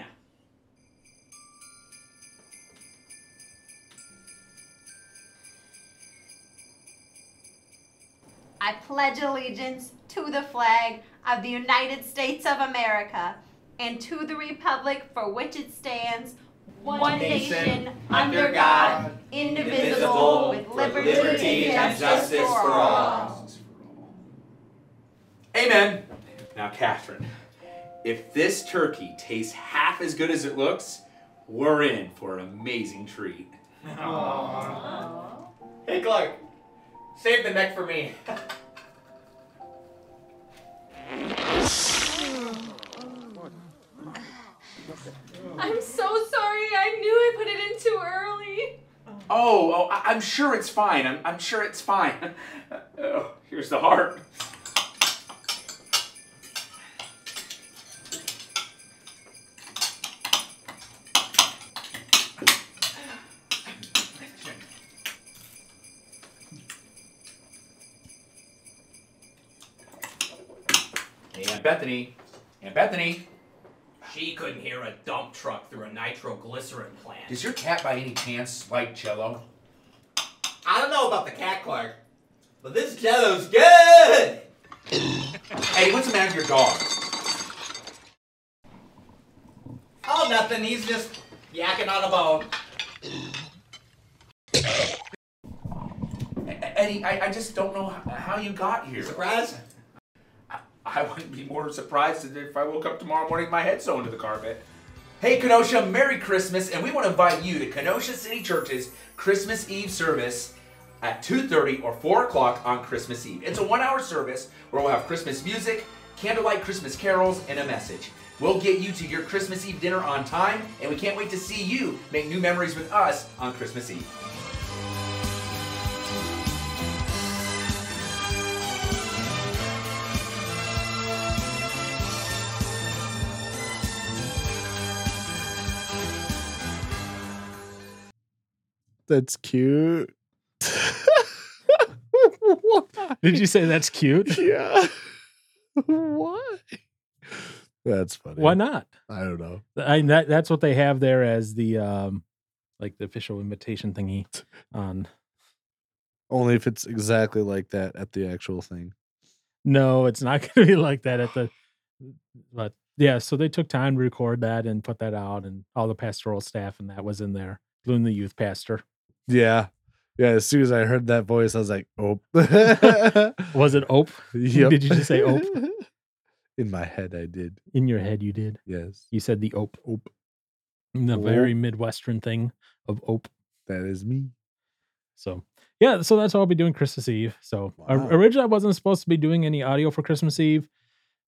Speaker 4: I pledge allegiance to the flag of the United States of America and to the republic for which it stands, one,
Speaker 3: nation,
Speaker 4: nation,
Speaker 3: under
Speaker 4: under
Speaker 3: God,
Speaker 4: God, indivisible, with liberty, and justice for all.
Speaker 3: Amen. Now, Catherine, if this turkey tastes half as good as it looks, we're in for an amazing treat.
Speaker 5: Hey, Clark. Save the neck for me.
Speaker 4: I'm so sorry. I knew I put it in too early.
Speaker 3: Oh, oh, I- I'm sure it's fine. I'm, I'm sure it's fine. (laughs) oh, here's the heart. Hey, Aunt Bethany. Aunt Bethany.
Speaker 5: She couldn't hear a dump truck through a nitroglycerin plant.
Speaker 3: Does your cat by any chance like jello?
Speaker 6: I don't know about the cat Clark, but this jello's good!
Speaker 3: Hey, what's the matter with your dog?
Speaker 6: Oh, nothing, he's just yakking on a bone.
Speaker 3: E-, Eddie, I, I just don't know how, how you got here.
Speaker 6: Surprise?
Speaker 3: I wouldn't be more surprised if I woke up tomorrow morning with my head sewn to the carpet. Hey, Kenosha, Merry Christmas, and we want to invite you to Kenosha City Church's Christmas Eve service at 2.30 or 4 o'clock on Christmas Eve. It's a one-hour service where we'll have Christmas music, candlelight Christmas carols, and a message. We'll get you to your Christmas Eve dinner on time, and we can't wait to see you make new memories with us on Christmas Eve.
Speaker 1: (laughs)
Speaker 2: That's cute. (laughs)
Speaker 1: (laughs) Did you say that's cute?
Speaker 2: yeah. Why? That's funny.
Speaker 1: Why not?
Speaker 2: I don't know.
Speaker 1: I that, that's what they have there as the um like the official invitation thingy on (laughs)
Speaker 2: Only if it's exactly like that at the actual thing.
Speaker 1: No, it's not (laughs) going to be like that at the. But yeah, so they took time to record that and put that out, and all the pastoral staff and that was in there, including the youth pastor.
Speaker 2: Yeah. Yeah. As soon as I heard that voice, I was like, oh. yep.
Speaker 1: (laughs)
Speaker 2: (laughs)
Speaker 1: Was it Ope? Did you just say Ope?
Speaker 2: In my head, I did.
Speaker 1: In your head, you did.
Speaker 2: Yes.
Speaker 1: You said the Ope.
Speaker 2: Ope.
Speaker 1: The
Speaker 2: Ope.
Speaker 1: very Midwestern thing of Ope.
Speaker 2: That is me.
Speaker 1: So yeah, so that's what I'll be doing Christmas Eve. So o-
Speaker 2: Wow.
Speaker 1: originally I wasn't supposed to be doing any audio for Christmas Eve,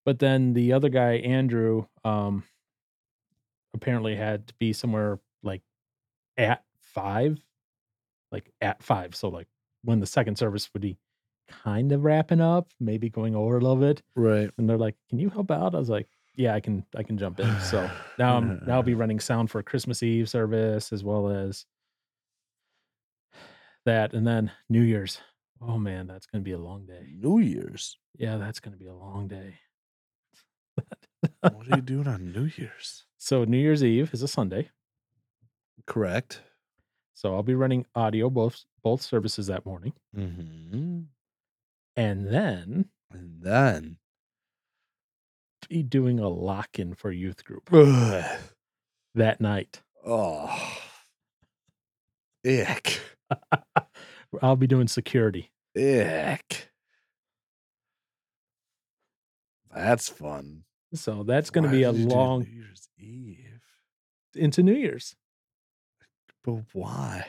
Speaker 1: but then the other guy Andrew um apparently had to be somewhere like at five, like at five. So like when the second service would be kind of wrapping up, maybe going over a little bit,
Speaker 2: Right.
Speaker 1: and they're like, "Can you help out?" I was like, "Yeah, I can. I can jump in."
Speaker 2: (sighs)
Speaker 1: So now I'm now I'll be running sound for Christmas Eve service as well as that, and then New Year's. Oh man, that's gonna be a long day.
Speaker 2: New Year's.
Speaker 1: Yeah, that's gonna be a long day.
Speaker 2: what are (laughs) you doing on New Year's?
Speaker 1: So New Year's Eve is a Sunday,
Speaker 2: Correct.
Speaker 1: so I'll be running audio both both services that morning,
Speaker 2: Mm-hmm.
Speaker 1: and then
Speaker 2: And then.
Speaker 1: be doing a lock in for youth group
Speaker 2: Ugh.
Speaker 1: that night.
Speaker 2: (sighs) Oh. Ick.
Speaker 1: I'll be doing security.
Speaker 2: Ick. That's fun.
Speaker 1: So that's going to
Speaker 2: Why
Speaker 1: be a
Speaker 2: did you do
Speaker 1: long
Speaker 2: New Year's Eve.
Speaker 1: into New Year's.
Speaker 2: But why?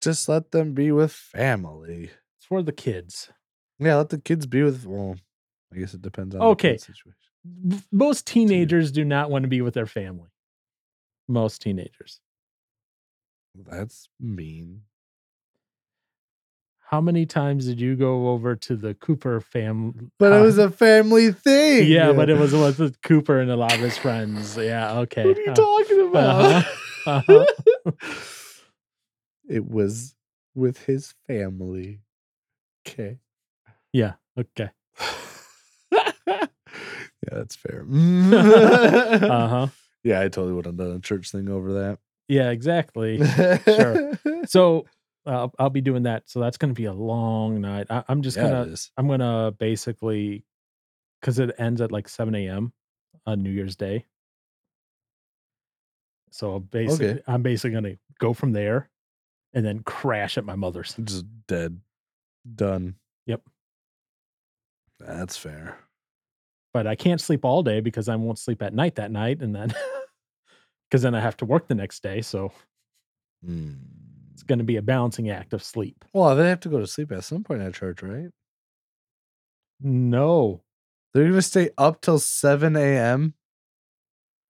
Speaker 2: Just let them be with family.
Speaker 1: It's for the kids.
Speaker 2: Yeah, let the kids be with. Well, I guess it depends on
Speaker 1: Okay.
Speaker 2: the kid's situation.
Speaker 1: m- most teenagers do not want to be with their family. Most teenagers.
Speaker 2: That's mean.
Speaker 1: How many times did you go over to the Cooper family?
Speaker 2: But it was a family thing.
Speaker 1: Uh-huh. yeah, but it was was with Cooper and a lot of his friends. Yeah, okay.
Speaker 2: (laughs) What are you
Speaker 1: Uh,
Speaker 2: talking about?
Speaker 1: uh-huh, uh-huh.
Speaker 2: (laughs) it was with his family. Okay. (laughs)
Speaker 1: yeah, okay.
Speaker 2: yeah, that's fair.
Speaker 1: (laughs) Uh huh.
Speaker 2: (laughs) yeah, I totally would have done a church thing over
Speaker 1: Yeah,
Speaker 2: (laughs)
Speaker 1: exactly.
Speaker 2: that.
Speaker 1: So uh, I'll- I'll be doing that. So that's going to be a long night. I, I'm just
Speaker 2: Yeah,
Speaker 1: gonna
Speaker 2: it is.
Speaker 1: I'm gonna basically because it ends at like 7 a.m. on New Year's Day. So I'll basically,
Speaker 2: Okay.
Speaker 1: I'm basically gonna go from there and then crash at my mother's.
Speaker 2: just dead. Done.
Speaker 1: Yep.
Speaker 2: That's fair.
Speaker 1: But I can't sleep all day because I won't sleep at night that night, and then (laughs) because then I have to work the next day. So
Speaker 2: Mm.
Speaker 1: it's gonna be a balancing act of sleep.
Speaker 2: Well, they have to go to sleep at some point at church, right?
Speaker 1: No,
Speaker 2: They're gonna stay up till seven a.m.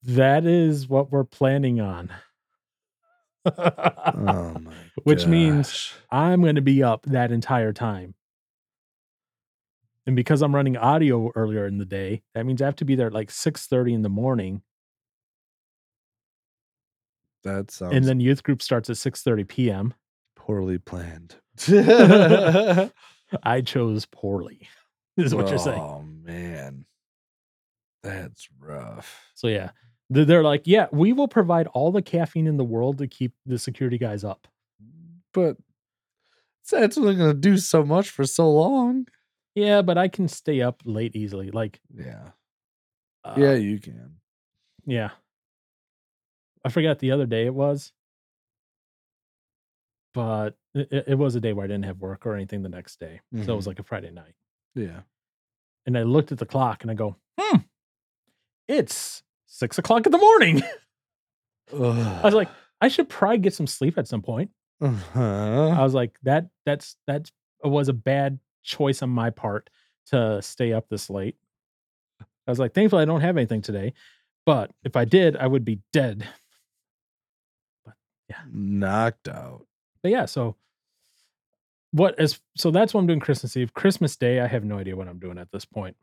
Speaker 1: that is what we're planning on. (laughs)
Speaker 2: Oh my!
Speaker 1: Which means-
Speaker 2: gosh.
Speaker 1: I'm going to be up that entire time. And because I'm running audio earlier in the day, that means I have to be there at like 6:30 in the morning
Speaker 2: that sounds
Speaker 1: and then youth group starts at 6:30 p.m.
Speaker 2: poorly planned.
Speaker 1: (laughs)
Speaker 2: (laughs)
Speaker 1: I chose poorly. (laughs) Is what you're saying.
Speaker 2: Oh man, that's rough.
Speaker 1: So yeah. They're they're like, "Yeah, we will provide all the caffeine in the world to keep the security guys up."
Speaker 2: But that's only gonna do so much for so long.
Speaker 1: Yeah, but I can stay up late easily. Like
Speaker 2: Yeah,
Speaker 1: uh,
Speaker 2: yeah, you can.
Speaker 1: Yeah. I forgot the other day it was. But it, it was a day where I didn't have work or anything the next day. So it was
Speaker 2: Mhm.
Speaker 1: like a Friday night.
Speaker 2: Yeah,
Speaker 1: And I looked at the clock and I go, hmm, it's six o'clock in the morning. (laughs)
Speaker 2: I
Speaker 1: was
Speaker 2: (sighs)
Speaker 1: like- I should probably get some sleep at some point.
Speaker 2: Uh-huh.
Speaker 1: I was like, that that's that was a bad choice on my part to stay up this late. I was like, thankfully I don't have anything today. But if I did, I would be dead.
Speaker 2: knocked out.
Speaker 1: but yeah, so what is so that's what I'm doing Christmas Eve. Christmas Day, I have no idea what I'm doing at this point.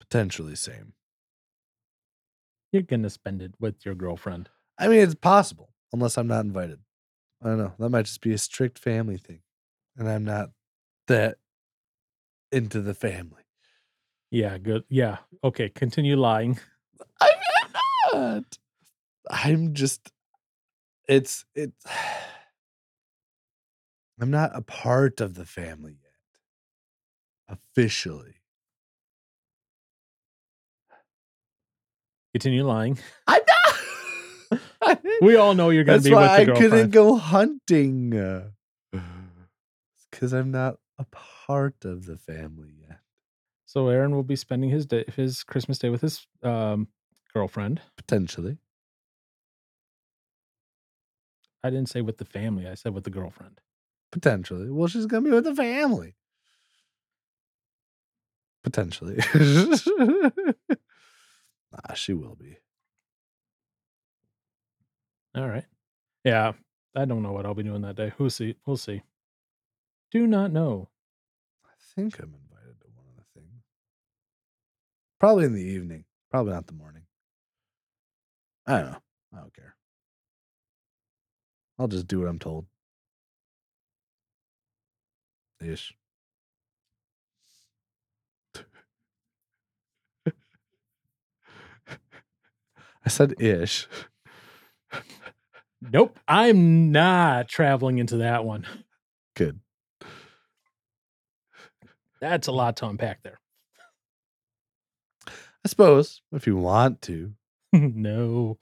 Speaker 2: Potentially same.
Speaker 1: You're gonna spend it with your girlfriend.
Speaker 2: I mean, it's possible unless I'm not invited. I don't know. That might just be a strict family thing, and I'm not that into the family.
Speaker 1: Yeah, good. Yeah. Okay, continue lying.
Speaker 2: I mean, I'm not. I'm just. It's it's. (sighs) I'm not a part of the family yet, officially.
Speaker 1: Continue lying. (laughs)
Speaker 2: I'm not. (laughs)
Speaker 1: We all know you're gonna
Speaker 2: That's
Speaker 1: be with
Speaker 2: why
Speaker 1: your
Speaker 2: I
Speaker 1: girlfriend.
Speaker 2: couldn't go hunting. Because I'm not a part of the family yet.
Speaker 1: so Aaron will be spending his day his Christmas day with his um girlfriend.
Speaker 2: Potentially.
Speaker 1: I didn't say with the family, I said with the girlfriend.
Speaker 2: Potentially. Well, she's gonna be with the family. Potentially. (laughs) nah, she will be.
Speaker 1: All right. Yeah. I don't know what I'll be doing that day. We'll see. We'll see. Do not know.
Speaker 2: I think I'm invited to one other thing. Probably in the evening. Probably not the morning. I don't know. I don't care. I'll just do what I'm told. Ish. I said ish.
Speaker 1: Nope. I'm not traveling into that one.
Speaker 2: Good.
Speaker 1: That's a lot to unpack there.
Speaker 2: I suppose if you want to.
Speaker 1: (laughs) no.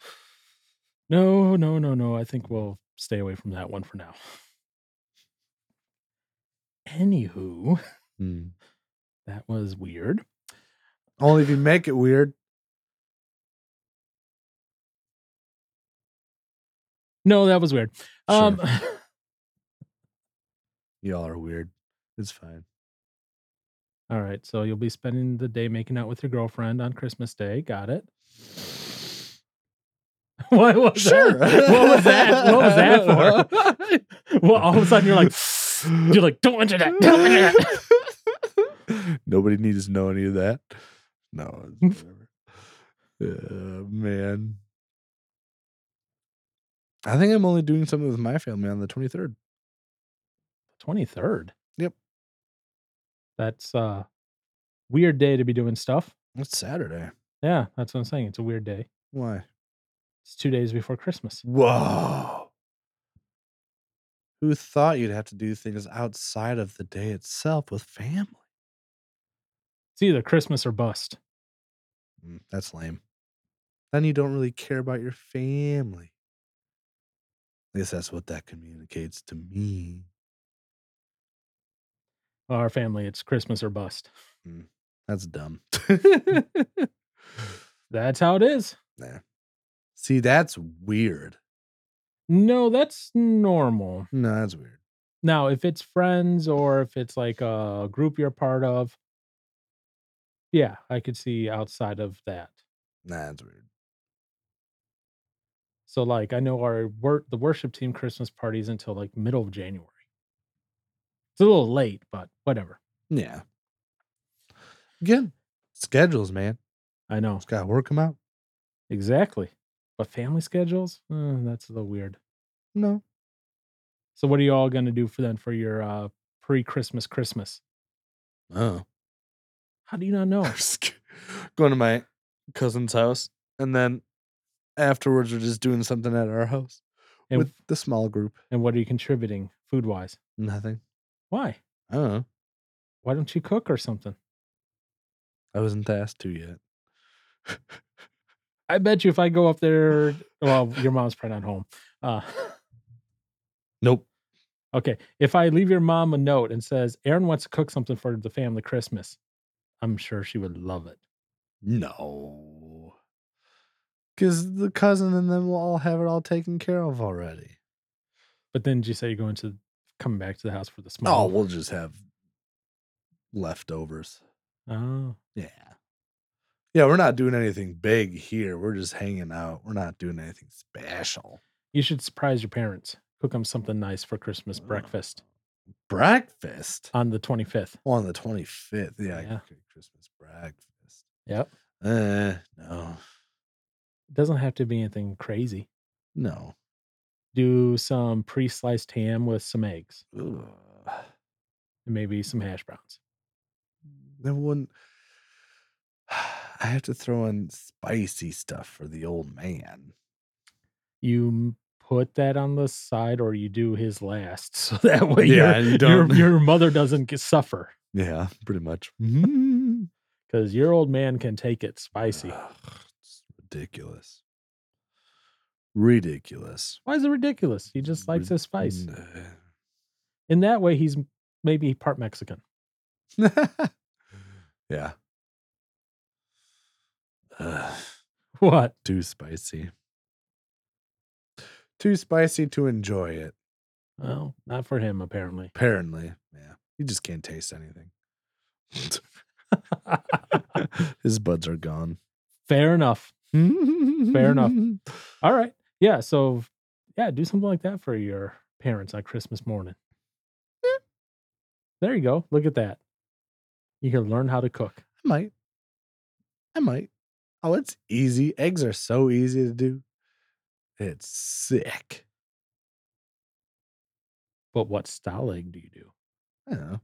Speaker 1: No, no, no, no. I think we'll stay away from that one for now. Anywho,
Speaker 2: Hmm.
Speaker 1: that was weird.
Speaker 2: Only if you make it weird.
Speaker 1: No, that was weird. Um (laughs)
Speaker 2: Y'all are weird. It's fine.
Speaker 1: All right, so you'll be spending the day making out with your girlfriend on Christmas Day. Got it. (laughs) What was
Speaker 2: Sure.
Speaker 1: That? What was that? (laughs) What was that for? (laughs) well, all of a sudden you're like, you're like, don't enter that. Don't enter that.
Speaker 2: Nobody needs to know any of that. No, it's whatever. Uh, man. I think I'm only doing something with my family on the 23rd.
Speaker 1: Twenty third.
Speaker 2: Yep.
Speaker 1: That's uh weird day to be doing stuff.
Speaker 2: It's Saturday.
Speaker 1: Yeah, that's what I'm saying. It's a weird day.
Speaker 2: Why?
Speaker 1: It's two days before Christmas.
Speaker 2: Whoa. Who thought you'd have to do things outside of the day itself with family?
Speaker 1: It's either Christmas or bust.
Speaker 2: Mm, that's lame. Then you don't really care about your family. I guess that's what that communicates to me.
Speaker 1: Our family, it's Christmas or bust.
Speaker 2: That's (laughs) dumb.
Speaker 1: That's how it is.
Speaker 2: nah. See, that's weird.
Speaker 1: No, that's normal.
Speaker 2: No, that's weird.
Speaker 1: Now, if it's friends or if it's like a group you're part of, yeah, I could see outside of that.
Speaker 2: Nah, that's weird.
Speaker 1: So, like, I know our wor- the worship team Christmas parties until like middle of January. It's a little late, but whatever.
Speaker 2: Yeah. Again, schedules, man.
Speaker 1: I know
Speaker 2: Just gotta work them out.
Speaker 1: exactly. But family schedules, Uh, that's a little weird.
Speaker 2: No.
Speaker 1: So, what are you all gonna do for then for your uh, pre-Christmas Christmas?
Speaker 2: (laughs) Oh.
Speaker 1: How do you not
Speaker 2: (laughs)
Speaker 1: know?
Speaker 2: I'm just kid- going to my cousin's house, and then afterwards we're just doing something at our house
Speaker 1: And-
Speaker 2: with the small group.
Speaker 1: And what are you contributing food wise?
Speaker 2: Nothing.
Speaker 1: Why?
Speaker 2: I don't know.
Speaker 1: Why don't you cook or something?
Speaker 2: I wasn't asked to yet.
Speaker 1: I bet you if I go up there, well, your mom's probably not home. Uh, (laughs)
Speaker 2: Nope.
Speaker 1: okay, if I leave your mom a note and says Aaron wants to cook something for the family Christmas, I'm sure she would love it.
Speaker 2: No. Because the cousin and them will all have it all taken care of already.
Speaker 1: But then did you say you're going to coming back to the house for the
Speaker 2: Oh,
Speaker 1: small?
Speaker 2: we'll just have leftovers.
Speaker 1: oh,
Speaker 2: Yeah. Yeah, we're not doing anything big here. We're just hanging out. We're not doing anything special.
Speaker 1: you should surprise your parents. Cook them something nice for Christmas
Speaker 2: Oh.
Speaker 1: breakfast
Speaker 2: Breakfast
Speaker 1: on the 25th.
Speaker 2: on the 25th. Uh Yeah, I
Speaker 1: Yeah.
Speaker 2: could cook Christmas breakfast.
Speaker 1: Yep.
Speaker 2: Uh, no,
Speaker 1: It doesn't have to be anything crazy.
Speaker 2: no.
Speaker 1: Do some pre-sliced ham with some eggs
Speaker 2: Ugh.
Speaker 1: and maybe some hash browns.
Speaker 2: That wouldn't. (sighs) I have to throw in spicy stuff for the old man.
Speaker 1: you m- put that on the side or you do his last (laughs) so that way
Speaker 2: Yeah,
Speaker 1: your,
Speaker 2: you don't-
Speaker 1: your, your mother doesn't get, suffer
Speaker 2: Yeah, pretty much. Mm.
Speaker 1: because your old man can take it spicy
Speaker 2: Ugh, it's ridiculous. Ridiculous.
Speaker 1: why is it ridiculous he just likes his spice
Speaker 2: Nah.
Speaker 1: in that way he's m- maybe part mexican (laughs)
Speaker 2: eh. (laughs) yeah. Ugh,
Speaker 1: what
Speaker 2: too spicy. Too spicy to enjoy it,
Speaker 1: well not for him
Speaker 2: (laughs)
Speaker 1: apparently
Speaker 2: apparently. Yeah. You just can't taste anything. (laughs) His buds are gone.
Speaker 1: fair enough
Speaker 2: Fair
Speaker 1: enough.
Speaker 2: (laughs)
Speaker 1: all right yeah so yeah do something like that for your parents on christmas morning there you go look at that you can learn how to cook
Speaker 2: I might. I might. Oh, it's easy. Eggs are so easy to do. It's sick.
Speaker 1: but what style egg do you do
Speaker 2: I don't know.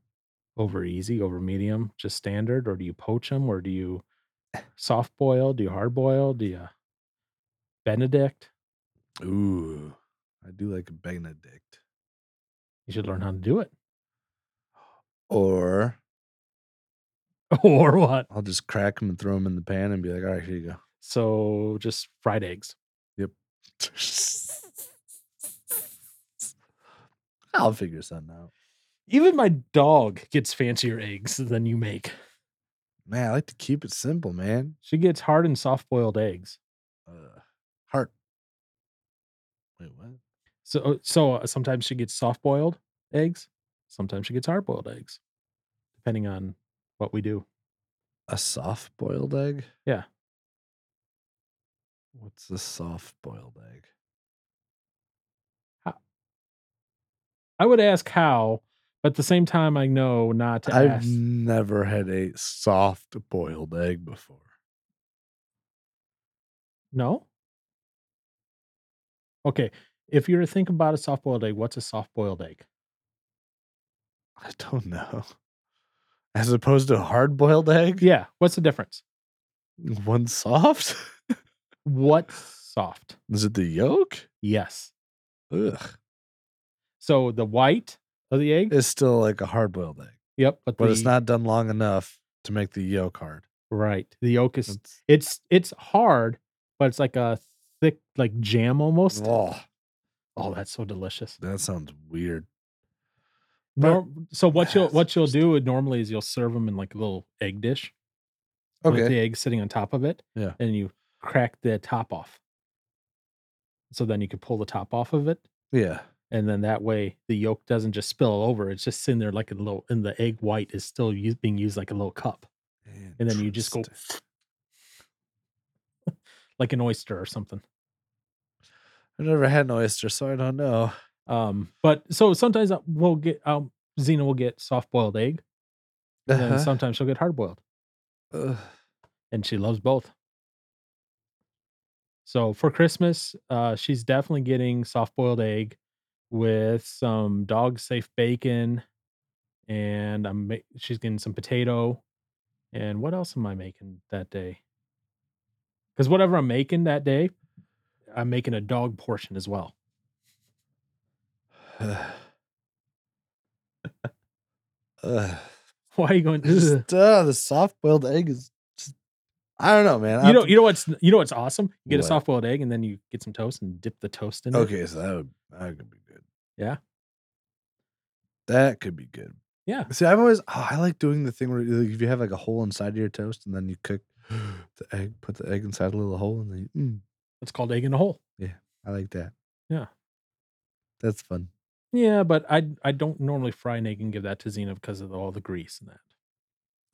Speaker 1: over easy, over medium, just standard, or do you poach them, or do you soft boil? Do you hard boil? Do you Benedict?
Speaker 2: Ooh, I do like a Benedict.
Speaker 1: You should learn how to do it. (laughs)
Speaker 2: Or
Speaker 1: or what?
Speaker 2: I'll just crack them and throw them in the pan and be like, all right, here you go. (laughs)
Speaker 1: So just fried eggs.
Speaker 2: I'll figure something out.
Speaker 1: Even my dog gets fancier eggs than you make.
Speaker 2: Man, I like to keep it simple, man.
Speaker 1: She gets hard and soft boiled eggs.
Speaker 2: Uh, heart. Wait, what?
Speaker 1: So so uh, sometimes she gets soft boiled eggs. Sometimes she gets hard boiled eggs, depending on what we do.
Speaker 2: A soft boiled egg?
Speaker 1: Yeah.
Speaker 2: What's a soft boiled egg?
Speaker 1: I would ask how, but at the same time, I know not to
Speaker 2: I've
Speaker 1: ask.
Speaker 2: never had a soft boiled egg before.
Speaker 1: No. Okay, if you were thinking about a soft boiled egg, what's a soft boiled egg?
Speaker 2: I don't know. As opposed to a hard boiled egg?
Speaker 1: Yeah, what's the difference?
Speaker 2: One soft? (laughs)
Speaker 1: What's soft?
Speaker 2: Is it the yolk?
Speaker 1: Yes.
Speaker 2: Ugh.
Speaker 1: So the white of the egg.
Speaker 2: It's still like a hard boiled egg,
Speaker 1: yep, but,
Speaker 2: but it's
Speaker 1: the-
Speaker 2: not done long enough to make the yolk hard.
Speaker 1: right. The yolk is
Speaker 2: It's-
Speaker 1: it's it's hard, but it's like a thick like jam almost.
Speaker 2: Ugh,
Speaker 1: Oh, that's so delicious.
Speaker 2: that sounds weird. But-
Speaker 1: Norm, so what you'll
Speaker 2: That's
Speaker 1: what you'll do would normally is you'll serve them in like a little egg dish with the egg sitting on top of it.
Speaker 2: Yeah.
Speaker 1: And you crack the top off. So then you can pull the top off of it.
Speaker 2: Yeah.
Speaker 1: And then that way the yolk doesn't just spill over. It's just sitting there like a little, and the egg white is still use, being used like a little cup. And then you just go
Speaker 2: Interesting.
Speaker 1: like an oyster or something.
Speaker 2: I've never had an oyster, so I don't know.
Speaker 1: Um, but so sometimes I- we'll get, um, Xena will get soft boiled egg, and then
Speaker 2: Uh-huh.
Speaker 1: sometimes she'll get hard boiled.
Speaker 2: Ugh.
Speaker 1: and she loves both. So for Christmas, uh, she's definitely getting soft boiled egg with some dog safe bacon, and I'm ma- she's getting some potato, and what else am I making that day? Because whatever I'm making that day, I'm making a dog portion as well. (laughs)
Speaker 2: Ugh.
Speaker 1: Why are you going?
Speaker 2: (sighs) (laughs) It's
Speaker 1: "Ugh." (sighs)
Speaker 2: just, uh, the soft boiled egg is just, I don't know, man. I
Speaker 1: You
Speaker 2: have
Speaker 1: know,
Speaker 2: to-
Speaker 1: you know what's you know what's awesome. You get a
Speaker 2: What?
Speaker 1: soft boiled egg, and then you get some toast and dip the toast in. it.
Speaker 2: okay, so that would that could be good.
Speaker 1: Yeah.
Speaker 2: That could be good.
Speaker 1: Yeah.
Speaker 2: See, I've always oh, I like doing the thing where like, if you have like a hole inside of your toast and then you
Speaker 1: (gasps)
Speaker 2: cook the egg, put the egg inside a little hole, and then you, mm,
Speaker 1: it's called egg in a hole.
Speaker 2: I like that.
Speaker 1: Yeah.
Speaker 2: That's fun.
Speaker 1: Yeah, but I I don't normally fry an egg and give that to Xena because of all the grease and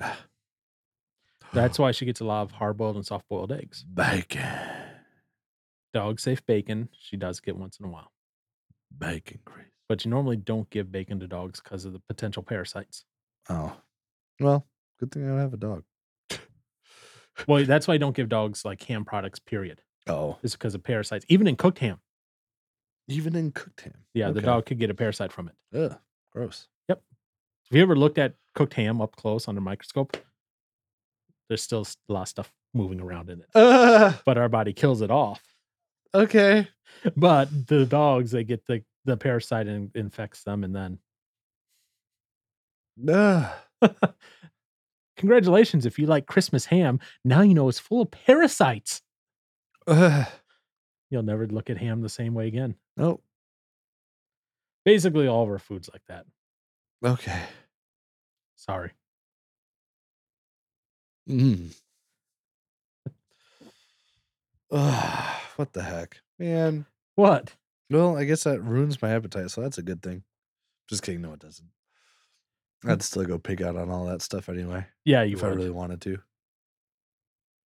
Speaker 1: that. That's why she gets a lot of hard boiled and soft boiled eggs.
Speaker 2: (sighs) bacon,
Speaker 1: Dog safe bacon, she does get once in a while.
Speaker 2: bacon grease.
Speaker 1: But you normally don't give bacon to dogs because of the potential parasites.
Speaker 2: Oh, well, good thing I don't have a dog.
Speaker 1: Well, that's why I don't give dogs like ham products, period.
Speaker 2: Oh,
Speaker 1: Is because of parasites. Even in cooked ham.
Speaker 2: even in cooked ham.
Speaker 1: Yeah, the
Speaker 2: Okay.
Speaker 1: dog could get a parasite from it.
Speaker 2: Ugh, gross.
Speaker 1: Have you ever looked at cooked ham up close under a microscope? There's still s- a lot of stuff moving around in it.
Speaker 2: Uh,
Speaker 1: But our body kills it off.
Speaker 2: okay.
Speaker 1: but the dogs they get the the parasite and infects them and then
Speaker 2: Ugh.
Speaker 1: congratulations if you like christmas ham now you know it's full of parasites
Speaker 2: Ugh.
Speaker 1: you'll never look at ham the same way again
Speaker 2: Oh,
Speaker 1: basically all of our foods like that
Speaker 2: okay.
Speaker 1: sorry
Speaker 2: Mm. (sighs) Ugh, what the heck, man?
Speaker 1: what
Speaker 2: Well, I guess that ruins my appetite, so that's a good thing. Just kidding. No, it doesn't. I'd still go pig out on all that stuff anyway
Speaker 1: yeah Hmm. you
Speaker 2: if
Speaker 1: would
Speaker 2: I really wanted to.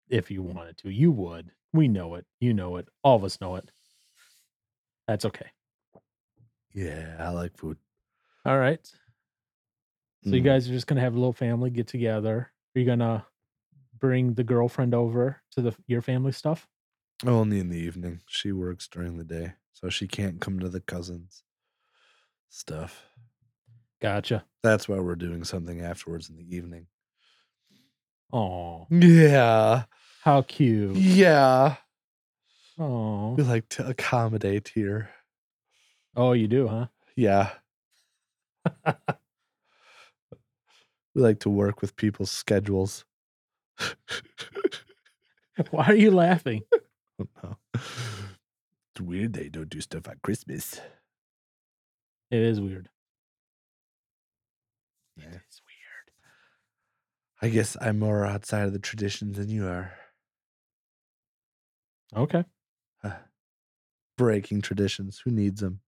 Speaker 1: if you wanted to you would we know it you know it all of us know it that's okay
Speaker 2: Yeah, I like food.
Speaker 1: all right so you
Speaker 2: Mm.
Speaker 1: guys are just gonna have a little family get together are you gonna bring the girlfriend over to the your family stuff
Speaker 2: Only in the evening. She works during the day, so she can't come to the cousins' stuff.
Speaker 1: gotcha
Speaker 2: That's why we're doing something afterwards in the evening.
Speaker 1: oh
Speaker 2: Yeah.
Speaker 1: how cute
Speaker 2: Yeah.
Speaker 1: Oh,
Speaker 2: We like to accommodate here.
Speaker 1: oh, you do, huh?
Speaker 2: Yeah. (laughs) we like to work with people's schedules.
Speaker 1: (laughs) Why are you laughing?
Speaker 2: Oh, no. It's weird they don't do stuff on Christmas.
Speaker 1: It is weird.
Speaker 2: Yeah.
Speaker 1: It's weird.
Speaker 2: I guess I'm more outside of the traditions than you are.
Speaker 1: Okay.
Speaker 2: (sighs) breaking traditions. Who needs them?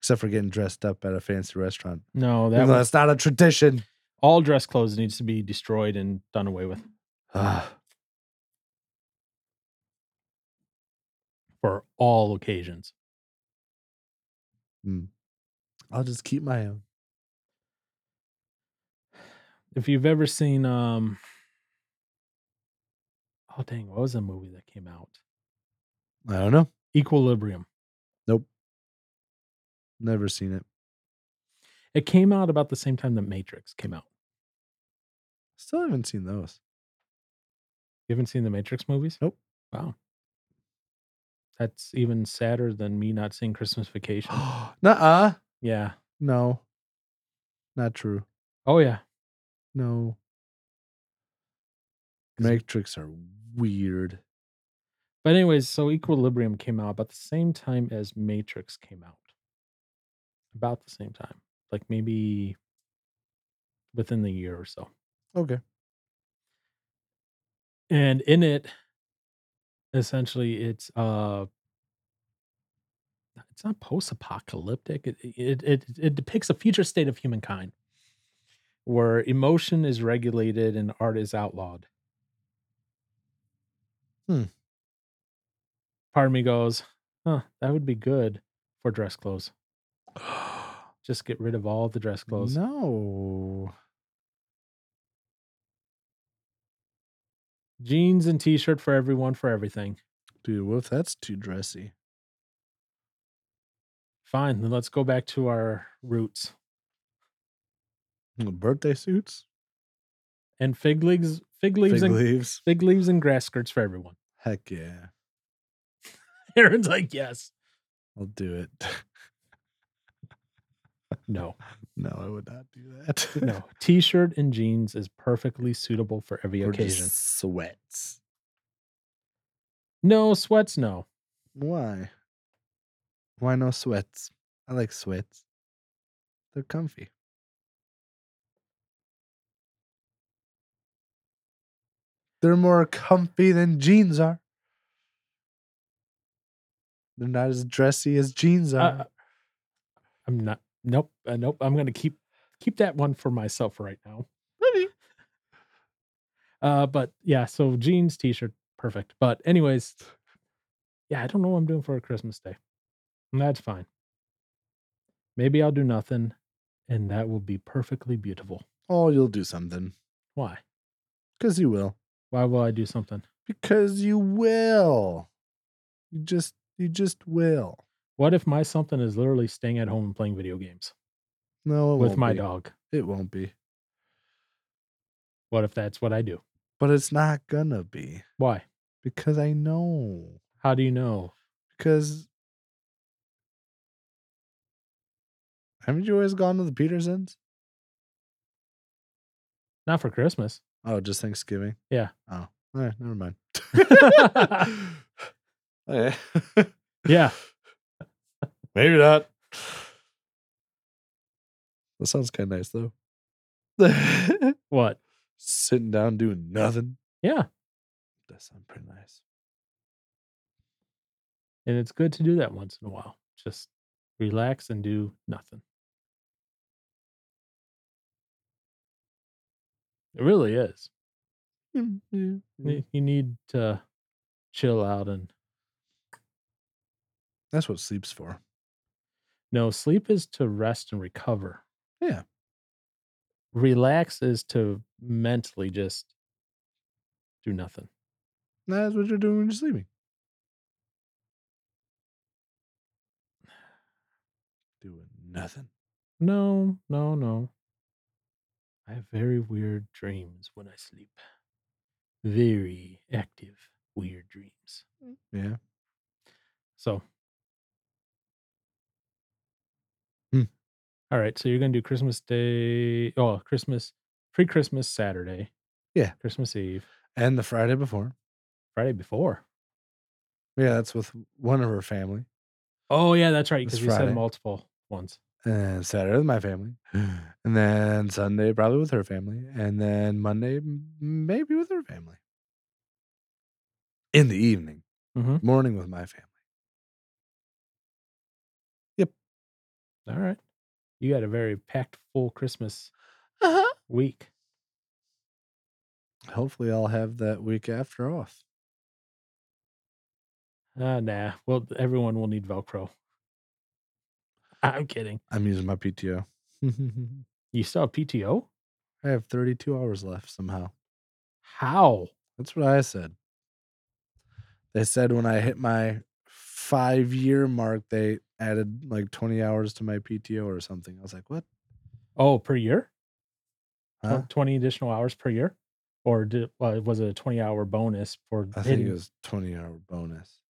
Speaker 2: Except for getting dressed up at a fancy restaurant.
Speaker 1: No, that
Speaker 2: Even though
Speaker 1: was,
Speaker 2: that's not a tradition. (sighs)
Speaker 1: all dress clothes needs to be destroyed and done away with.
Speaker 2: Ah.
Speaker 1: all occasions.
Speaker 2: I'll just keep my own.
Speaker 1: If you've ever seen, um, oh dang, what was the movie that came out?
Speaker 2: I don't know.
Speaker 1: Equilibrium.
Speaker 2: Never seen it.
Speaker 1: It came out about the same time that Matrix came out.
Speaker 2: Still haven't seen those. (gasps)
Speaker 1: You haven't seen the Matrix movies?
Speaker 2: Nope.
Speaker 1: Wow. That's even sadder than me not seeing Christmas (gasps) Vacation.
Speaker 2: Nuh-uh.
Speaker 1: yeah.
Speaker 2: No. Not true.
Speaker 1: Oh yeah.
Speaker 2: No. Matrix are weird.
Speaker 1: But anyways, so Equilibrium came out about the same time as Matrix came out. About the same time. Like maybe within the year or so.
Speaker 2: Okay. (gasps)
Speaker 1: and in it essentially it's uh it's not post-apocalyptic it, it it it depicts a future state of humankind where emotion is regulated and art is outlawed
Speaker 2: Hmm.
Speaker 1: part of me goes huh that would be good for dress clothes just get rid of all the dress clothes
Speaker 2: No.
Speaker 1: jeans and t-shirt for everyone for everything
Speaker 2: Dude, what if that's too dressy?
Speaker 1: fine then let's go back to our roots
Speaker 2: Mm, Birthday suits?
Speaker 1: and fig leaves, fig leaves,
Speaker 2: Fig
Speaker 1: and
Speaker 2: leaves.
Speaker 1: fig leaves and grass skirts for everyone. (laughs)
Speaker 2: Heck yeah.
Speaker 1: Aaron's like, yes,
Speaker 2: I'll do it. (laughs)
Speaker 1: (laughs) no,
Speaker 2: No, I would not do that. (laughs)
Speaker 1: no. T-shirt and jeans is perfectly suitable for every
Speaker 2: Or just
Speaker 1: occasion.
Speaker 2: sweats.
Speaker 1: No sweats, no.
Speaker 2: Why? Why no sweats? I like sweats. They're comfy. They're more comfy than jeans are. They're not as dressy as jeans are.
Speaker 1: Uh, I'm not. Nope, uh, nope. I'm gonna keep keep that one for myself right now. Uh, but yeah, so jeans, t-shirt, perfect. But anyways, yeah, I don't know what I'm doing for a Christmas day. And that's fine. Maybe I'll do nothing, and that will be perfectly beautiful.
Speaker 2: oh, you'll do something.
Speaker 1: Why?
Speaker 2: Because you will.
Speaker 1: Why will I do something?
Speaker 2: Because you will. You just you just will.
Speaker 1: What if my something is literally staying at home and playing video games
Speaker 2: No, it
Speaker 1: with
Speaker 2: won't
Speaker 1: my
Speaker 2: be.
Speaker 1: dog?
Speaker 2: It won't be.
Speaker 1: What if that's what I do?
Speaker 2: But it's not gonna be.
Speaker 1: Why?
Speaker 2: Because I know.
Speaker 1: How do you know?
Speaker 2: Because haven't you always gone to the Petersons?
Speaker 1: Not for Christmas.
Speaker 2: Oh, just Thanksgiving.
Speaker 1: Yeah.
Speaker 2: Oh, all right. Never (laughs) mind. Ah. Eh. (laughs) okay.
Speaker 1: (laughs) Yeah.
Speaker 2: Maybe not. That sounds kind of nice though.
Speaker 1: What?
Speaker 2: (laughs) Sitting down doing nothing.
Speaker 1: Yeah.
Speaker 2: That sounds pretty nice.
Speaker 1: And it's good to do that once in a while. Just relax and do nothing. It really is.
Speaker 2: Mm.
Speaker 1: You- You need to chill out and
Speaker 2: That's what sleep's for.
Speaker 1: no, sleep is to rest and recover.
Speaker 2: Yeah.
Speaker 1: Relax is to mentally just do nothing.
Speaker 2: That's what you're doing when you're sleeping. Doing nothing.
Speaker 1: No, no, no. I have very weird dreams when I sleep. Very active, weird dreams.
Speaker 2: Yeah.
Speaker 1: So.
Speaker 2: Hmm.
Speaker 1: All right. So you're going to do Christmas Day. Oh, Christmas, pre Christmas Saturday.
Speaker 2: Yeah.
Speaker 1: Christmas Eve,
Speaker 2: And the Friday before.
Speaker 1: Friday before.
Speaker 2: Yeah, that's with one of her family.
Speaker 1: Oh, yeah. That's right.
Speaker 2: It's
Speaker 1: Because you said
Speaker 2: Friday.
Speaker 1: multiple ones.
Speaker 2: And Saturday with my (sighs) family. And then Sunday probably with her family. And then Monday m- maybe with her family. In the evening.
Speaker 1: Mhm.
Speaker 2: Morning with my family.
Speaker 1: All right. You got a very packed full Christmas
Speaker 2: Uh-huh.
Speaker 1: week.
Speaker 2: Hopefully I'll have that week after off.
Speaker 1: Uh, nah. Well, everyone will need Velcro. I'm kidding.
Speaker 2: I'm using my PTO. (laughs) I
Speaker 1: You still have PTO?
Speaker 2: have 32 hours left somehow.
Speaker 1: How?
Speaker 2: That's what I said. They said when I hit my five year mark, they added like 20 hours to my PTO or something. I was like, what?
Speaker 1: Oh, per year? Tw-
Speaker 2: Huh?
Speaker 1: 20 additional hours per year? Or did, uh, was it a 20 hour bonus for
Speaker 2: I think
Speaker 1: hitting-
Speaker 2: it was 20 hour bonus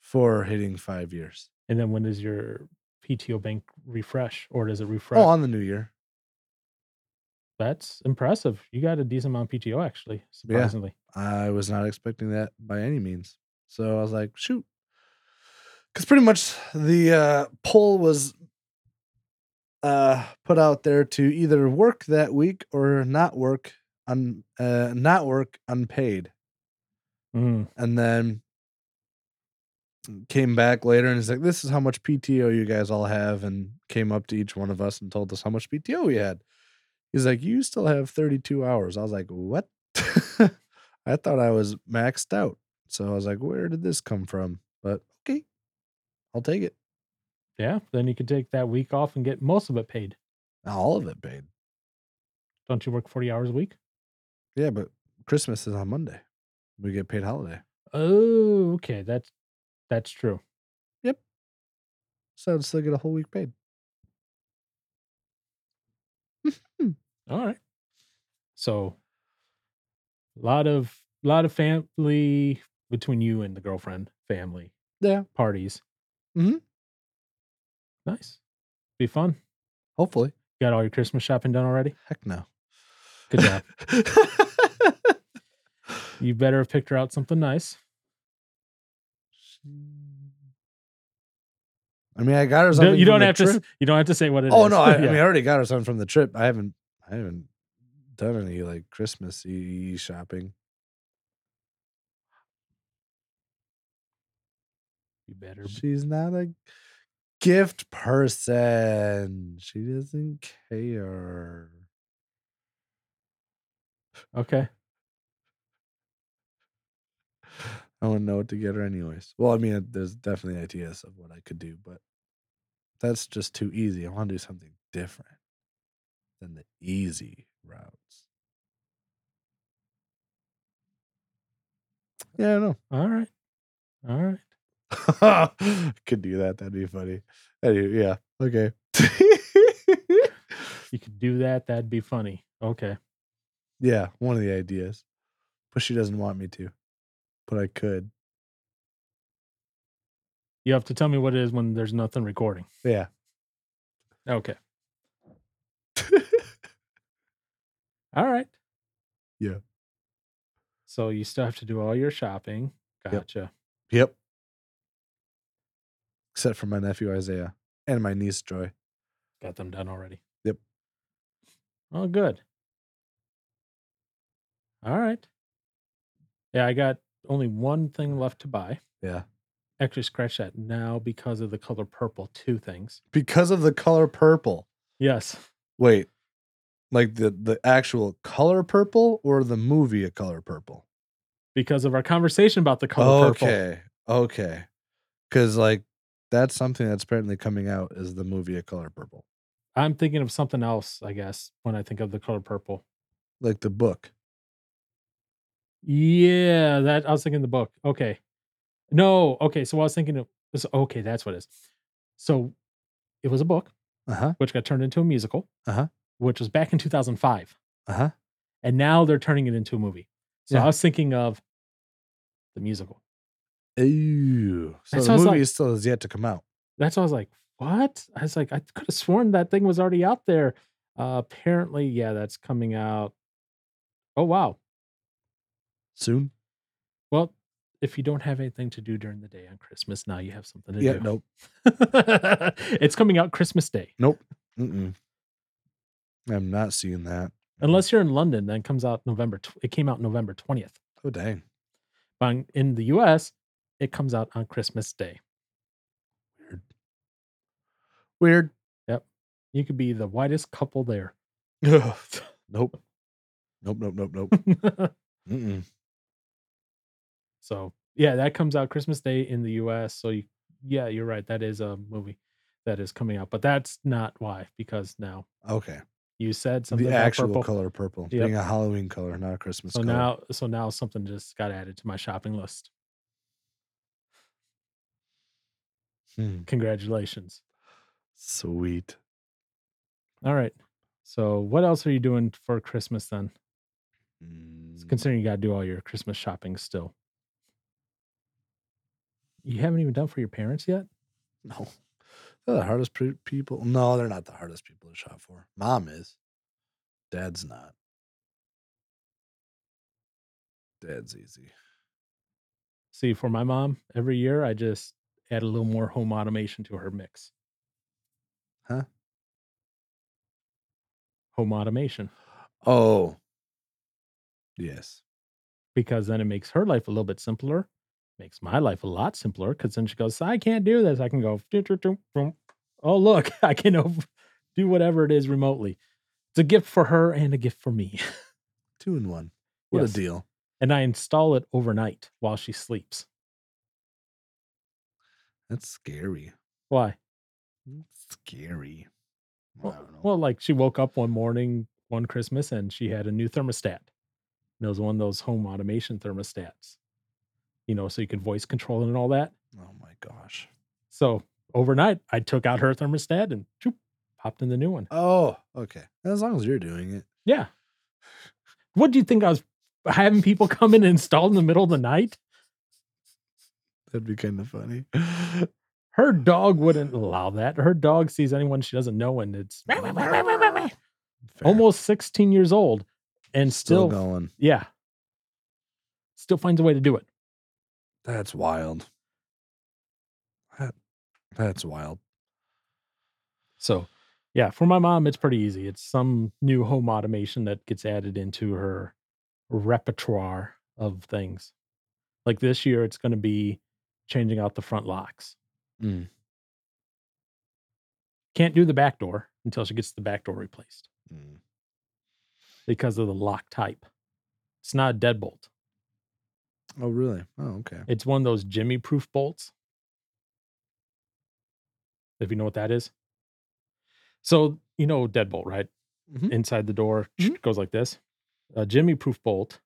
Speaker 2: for hitting five years. Oh,
Speaker 1: And then when does your PTO bank refresh or does it refresh?
Speaker 2: Oh, on the new year.
Speaker 1: That's impressive. You got a decent amount of PTO actually, surprisingly.
Speaker 2: I was not expecting that by any means. So I was like, shoot. Because pretty much the uh, poll was uh, put out there to either work that week or not work un- uh, not work unpaid.
Speaker 1: Mm.
Speaker 2: And then came back later and he's like, this is how much PTO you guys all have. And came up to each one of us and told us how much PTO we had. He's like, you still have 32 hours. I was like, what? (laughs) I thought I was maxed out. So I was like, where did this come from? But okay, I'll take it.
Speaker 1: Yeah. Then you could take that week off and get most of it paid.
Speaker 2: All of it paid.
Speaker 1: Don't you work 40 hours a week?
Speaker 2: Yeah, but Christmas is on Monday. We get paid holiday.
Speaker 1: Oh, okay. That's that's true.
Speaker 2: So I'd still get a whole week paid.
Speaker 1: All right. So a lot of lot of family between you and the girlfriend family
Speaker 2: Yeah,
Speaker 1: parties.
Speaker 2: Mhm.
Speaker 1: Nice. Be fun.
Speaker 2: hopefully.
Speaker 1: Got all your Christmas shopping done already?
Speaker 2: Heck no. (laughs)
Speaker 1: Good job. you better have picked her out something nice.
Speaker 2: I mean, I got her
Speaker 1: No,
Speaker 2: something.
Speaker 1: you
Speaker 2: from
Speaker 1: don't
Speaker 2: the
Speaker 1: have to.
Speaker 2: trip.
Speaker 1: s- You don't have to say what it is.
Speaker 2: oh
Speaker 1: (laughs)
Speaker 2: no! I, I
Speaker 1: Yeah.
Speaker 2: mean, I already got her something from the trip. I haven't, I haven't done any like Christmassy shopping.
Speaker 1: you better. be-
Speaker 2: She's not a gift person. She doesn't care.
Speaker 1: Okay.
Speaker 2: (laughs) I wouldn't know what to get her anyways. Well, I mean, there's definitely ideas of what I could do, but that's just too easy. I want to do something different than the easy routes. Yeah, I know. (laughs)
Speaker 1: All right. All right.
Speaker 2: could do that. That'd be funny. Anyway, yeah. Okay. (laughs)
Speaker 1: You could do that. That'd be funny. Okay.
Speaker 2: yeah, one of the ideas. But she doesn't want me to. But I could.
Speaker 1: You have to tell me what it is when there's nothing recording.
Speaker 2: Yeah. (laughs)
Speaker 1: Okay. All right.
Speaker 2: Yeah.
Speaker 1: So you still have to do all your shopping. Gotcha.
Speaker 2: Yep. Except for my nephew Isaiah and my niece Joy.
Speaker 1: Got them done already.
Speaker 2: Yep.
Speaker 1: Oh, good. All right. Yeah, I got only one thing left to buy.
Speaker 2: Yeah.
Speaker 1: Actually, scratch that now because of the color purple. Two things.
Speaker 2: Because of the color purple.
Speaker 1: Yes.
Speaker 2: Wait. Like the the actual color purple or the movie a color purple?
Speaker 1: Because of our conversation about the color purple.
Speaker 2: okay. Okay. Cause like that's something that's apparently coming out is the movie a color purple.
Speaker 1: I'm thinking of something else, I guess, when I think of the color purple.
Speaker 2: Like the book.
Speaker 1: Yeah, that I was thinking the book. Okay. No, okay. So I was thinking of this. Okay, that's what it is. So it was a book
Speaker 2: Uh-huh.
Speaker 1: which got turned into a musical,
Speaker 2: Uh-huh.
Speaker 1: which was back in 2005.
Speaker 2: Uh-huh.
Speaker 1: And now they're turning it into a movie. So
Speaker 2: Yeah.
Speaker 1: I was thinking of the musical.
Speaker 2: Ooh.
Speaker 1: That
Speaker 2: So the
Speaker 1: sounds
Speaker 2: movie
Speaker 1: like-
Speaker 2: still has yet to come out.
Speaker 1: That's why I was like, what? I was like, I could have sworn that thing was already out there. Uh, apparently, yeah, that's coming out. Oh, wow.
Speaker 2: Soon?
Speaker 1: Well, if you don't have anything to do during the day on Christmas, now you have something to
Speaker 2: Yeah.
Speaker 1: do.
Speaker 2: Nope.
Speaker 1: (laughs) it's coming out Christmas Day.
Speaker 2: Mm-mm. I'm not seeing that.
Speaker 1: Unless you're in London, then it comes out November. Tw- it came out November 20th.
Speaker 2: Oh dang.
Speaker 1: But on- in the US, it comes out on Christmas Day.
Speaker 2: Weird.
Speaker 1: You could be the whitest couple there.
Speaker 2: nope. Nope. Nope. Nope. Nope. Mm-mm.
Speaker 1: (laughs) so Yeah, that comes out Christmas Day in the US. So you, yeah, you're right. That is a movie that is coming out, but that's not why because now
Speaker 2: Okay.
Speaker 1: you said something
Speaker 2: the
Speaker 1: about
Speaker 2: actual
Speaker 1: purple.
Speaker 2: color purple
Speaker 1: Yep.
Speaker 2: being a Halloween color, not a Christmas
Speaker 1: So
Speaker 2: color.
Speaker 1: now, so now something just got added to my shopping list.
Speaker 2: Hmm,
Speaker 1: Congratulations.
Speaker 2: sweet.
Speaker 1: All right. So what else are you doing for Christmas then?
Speaker 2: Mm,
Speaker 1: Considering you got to do all your Christmas shopping still. You haven't even done for your parents yet?
Speaker 2: no, they're the hardest pre- people. No, they're not the hardest people to shop for. Mom is. Dad's not. Dad's easy.
Speaker 1: See, for my mom, every year I just add a little more home automation to her mix.
Speaker 2: Huh?
Speaker 1: Home automation,
Speaker 2: Oh. Yes.
Speaker 1: because then it makes her life a little bit simpler, makes my life a lot simpler. Because then she goes, I can't do this. I can go, "Doo, doo, doo, boom." oh, look, (laughs) I can over- do whatever it is remotely. It's a gift for her and a gift for me. (laughs)
Speaker 2: Two in one. What
Speaker 1: Yes.
Speaker 2: a deal.
Speaker 1: And I install it overnight while she sleeps.
Speaker 2: That's scary.
Speaker 1: Why?
Speaker 2: Scary. I
Speaker 1: Well,
Speaker 2: don't know.
Speaker 1: well, like she woke up one morning, one Christmas, and she had a new thermostat. And it was one of those home automation thermostats, you know, so you could voice control it and all that.
Speaker 2: oh my gosh.
Speaker 1: So overnight, I took out her thermostat and choop, popped in the new one.
Speaker 2: Oh, okay. As long as you're doing it.
Speaker 1: Yeah. What do you think I was having people come in and install in the middle of the night?
Speaker 2: That'd be kind of funny. (laughs)
Speaker 1: Her dog wouldn't allow that. Her dog sees anyone she doesn't know, and it's almost 16 years old and still,
Speaker 2: going.
Speaker 1: yeah, still finds a way to do it.
Speaker 2: That's wild. That, that's wild.
Speaker 1: So, yeah, for my mom, it's pretty easy. It's some new home automation that gets added into her repertoire of things. Like this year, it's going to be changing out the front locks.
Speaker 2: Mm.
Speaker 1: Can't do the back door until she gets the back door replaced
Speaker 2: Mm.
Speaker 1: because of the lock type. It's not a deadbolt,
Speaker 2: Oh, really? Oh, okay.
Speaker 1: it's one of those Jimmy proof bolts. If you know what that is. So, you know, deadbolt, right?
Speaker 2: Mhm.
Speaker 1: inside the door goes like this a jimmy proof bolt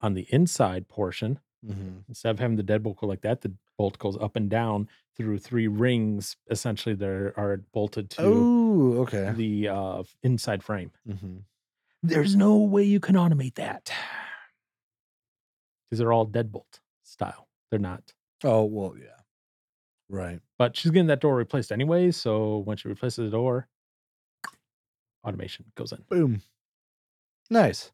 Speaker 1: on the inside portion
Speaker 2: Mhm.
Speaker 1: instead of having the deadbolt go like that the bolt goes up and down through three rings essentially they are bolted to
Speaker 2: Oh, okay.
Speaker 1: the Mm-hmm. uh, f- inside frame
Speaker 2: hmm
Speaker 1: there's no way you can automate that these are all deadbolt style they're not
Speaker 2: Oh, well, yeah. Right.
Speaker 1: but she's getting that door replaced anyway so when she replaces the door automation goes in so
Speaker 2: Boom. Nice.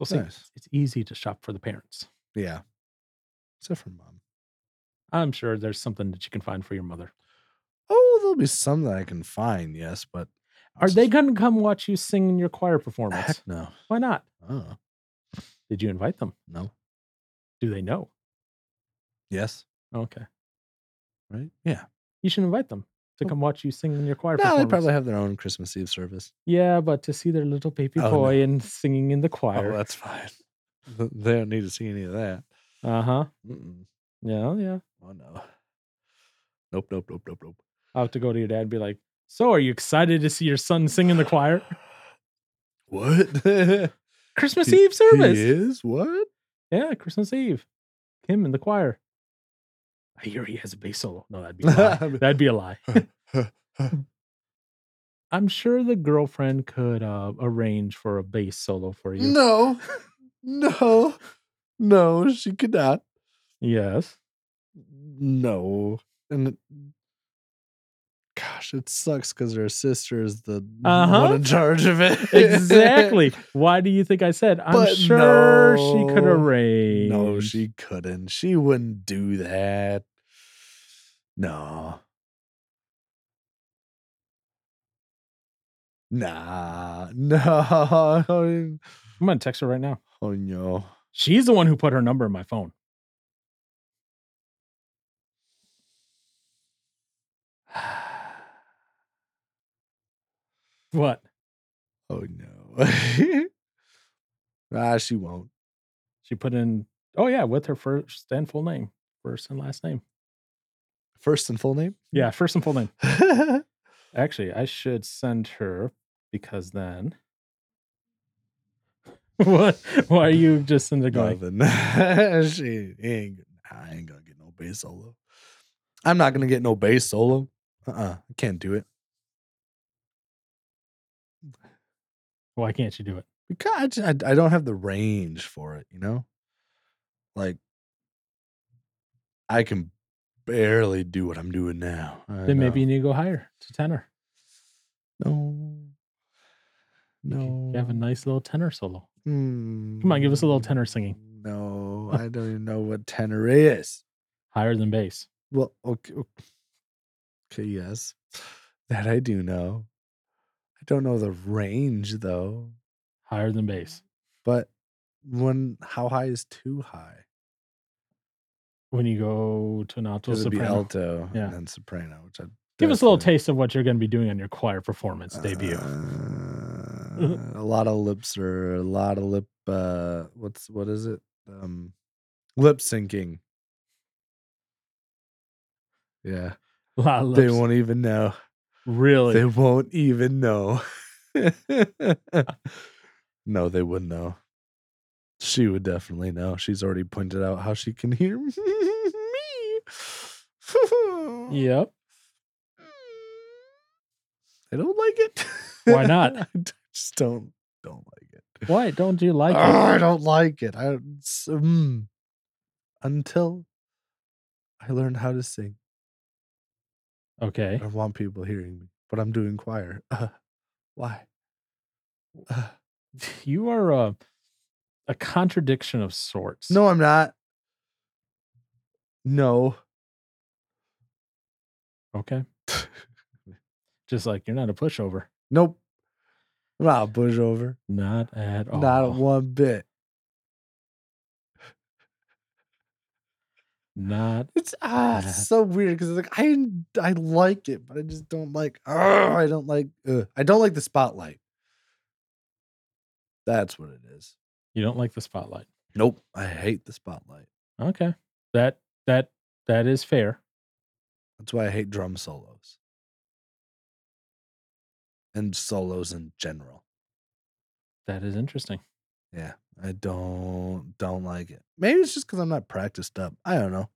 Speaker 1: we'll see
Speaker 2: Nice.
Speaker 1: it's easy to shop for the parents
Speaker 2: Yeah. Except for mom.
Speaker 1: I'm sure there's something that you can find for your mother.
Speaker 2: Oh, there'll be some that I can find, yes, but
Speaker 1: Are they going to come watch you sing in your choir performance?
Speaker 2: Heck no.
Speaker 1: Why not?
Speaker 2: Oh,
Speaker 1: Did you invite them?
Speaker 2: no.
Speaker 1: Do they know?
Speaker 2: Yes.
Speaker 1: Okay.
Speaker 2: Right? Yeah.
Speaker 1: You should invite them to come watch you sing in your choir
Speaker 2: No, Oh. they
Speaker 1: performance.
Speaker 2: probably have their own Christmas Eve service.
Speaker 1: Yeah, but to see their little baby
Speaker 2: Oh,
Speaker 1: boy and singing in the
Speaker 2: Oh,
Speaker 1: choir.
Speaker 2: that's fine. (laughs) Th- They don't need to see any of that.
Speaker 1: Uh huh.
Speaker 2: Mm-mm.
Speaker 1: Yeah, yeah.
Speaker 2: Oh no. Nope, nope, nope, nope, nope.
Speaker 1: I'll have to go to your dad and be like, So are you excited to see your son sing in the choir?
Speaker 2: (laughs) What? (laughs) Christmas
Speaker 1: Christmas Eve service.
Speaker 2: He is what?
Speaker 1: Yeah, Christmas Eve. Him in the choir. I hear he has a bass solo. No, that'd be a lie. (laughs) That'd be a lie. (laughs) I'm sure the girlfriend could uh, arrange for a bass solo for you.
Speaker 2: no, no, no. She could not.
Speaker 1: (laughs) Yes.
Speaker 2: No, and it- gosh, it sucks because her sister is the
Speaker 1: Uh-huh.
Speaker 2: one in charge of it. (laughs)
Speaker 1: Exactly. Why do you think I said? I'm
Speaker 2: But
Speaker 1: sure she could
Speaker 2: no.
Speaker 1: arrange.
Speaker 2: No, she couldn't. She wouldn't do that. No. Nah, (laughs) no.
Speaker 1: I'm gonna text her right now.
Speaker 2: Oh no.
Speaker 1: She's the one who put her number in my
Speaker 2: (sighs)
Speaker 1: phone. What?
Speaker 2: (laughs) Oh no. ah, she won't.
Speaker 1: She put in Oh yeah, with her first and full name, first and last name.
Speaker 2: First and full name. (laughs)
Speaker 1: Yeah, first and full name.
Speaker 2: That's
Speaker 1: Actually, I should send her because then. (laughs) what?
Speaker 2: (laughs)
Speaker 1: Why are you just in the going?
Speaker 2: Nothing. (laughs) she ain't. I ain't gonna get no bass solo. I'm not gonna get no bass solo. Uh, uh I can't do it
Speaker 1: Why can't you do it?
Speaker 2: because I, ju- I, I don't have the range for it. You know, like I can barely do what I'm doing now. I
Speaker 1: Then maybe you
Speaker 2: know.
Speaker 1: need to go higher to tenor.
Speaker 2: no,
Speaker 1: You could-
Speaker 2: no.
Speaker 1: You have a nice little tenor solo.
Speaker 2: Hmm.
Speaker 1: Come on, give us a little tenor singing.
Speaker 2: No,
Speaker 1: (laughs)
Speaker 2: I don't even know what tenor is.
Speaker 1: Higher than bass.
Speaker 2: Well, okay, ok- okay, yes, that I do know. I don't know the range though,
Speaker 1: Higher than bass.
Speaker 2: but when how high is too high?
Speaker 1: When you go to an alto
Speaker 2: It would be
Speaker 1: soprano.
Speaker 2: alto
Speaker 1: Yeah.
Speaker 2: and then soprano, which I
Speaker 1: Give us a little
Speaker 2: definitely-
Speaker 1: taste of what you're going to be doing on your choir performance debut. (laughs)
Speaker 2: Uh, a lot of lips or a lot of lip. Uh, what's what is it? Um, lip syncing. Yeah,
Speaker 1: A lot of
Speaker 2: they
Speaker 1: lips.
Speaker 2: won't even know.
Speaker 1: really?
Speaker 2: They won't even know. (laughs) no, they wouldn't know. She would definitely know. She's already pointed out how she can hear (laughs) me.
Speaker 1: (laughs) (laughs)
Speaker 2: (laughs)
Speaker 1: yep.
Speaker 2: I don't like it.
Speaker 1: Why not?
Speaker 2: I d- (laughs) just don't don't like it.
Speaker 1: Why don't you like
Speaker 2: Ah, I
Speaker 1: it?
Speaker 2: don't like it. I it's, mm. until I learn how to sing.
Speaker 1: Okay.
Speaker 2: I want people hearing me, but I'm doing choir. (laughs) Uh, why? Uh,
Speaker 1: (laughs) You are a, a contradiction of sorts.
Speaker 2: no, I'm not. No. (laughs)
Speaker 1: Okay. Just like you're not a pushover.
Speaker 2: Nope. I'm not a pushover.
Speaker 1: Not at all.
Speaker 2: Not one bit.
Speaker 1: Not
Speaker 2: It's ah,
Speaker 1: Yeah. (laughs)
Speaker 2: it's so weird because like I I like it, but I just don't like. ah, I don't like. Uh, I don't like the spotlight. That's what it is.
Speaker 1: you don't like the spotlight.
Speaker 2: Nope, I hate the spotlight.
Speaker 1: Okay. That that that is fair.
Speaker 2: That's why I hate drum solos and solos in general.
Speaker 1: That is interesting.
Speaker 2: Yeah, I don't don't like it. Maybe it's just because I'm not practiced up. I don't know.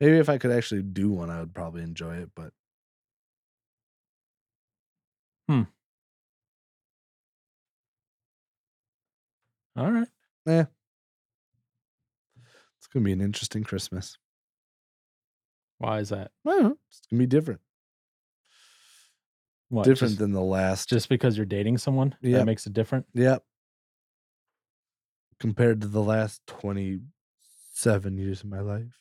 Speaker 2: Maybe if I could actually do one, I would probably enjoy it. But
Speaker 1: All right.
Speaker 2: it's gonna be an interesting Christmas.
Speaker 1: Why is that?
Speaker 2: I don't know. It's gonna be different,
Speaker 1: What,
Speaker 2: different
Speaker 1: Just,
Speaker 2: than the last.
Speaker 1: just because you're dating someone
Speaker 2: Yeah.
Speaker 1: that makes it different.
Speaker 2: Yep. Compared to the last 27 years of my life.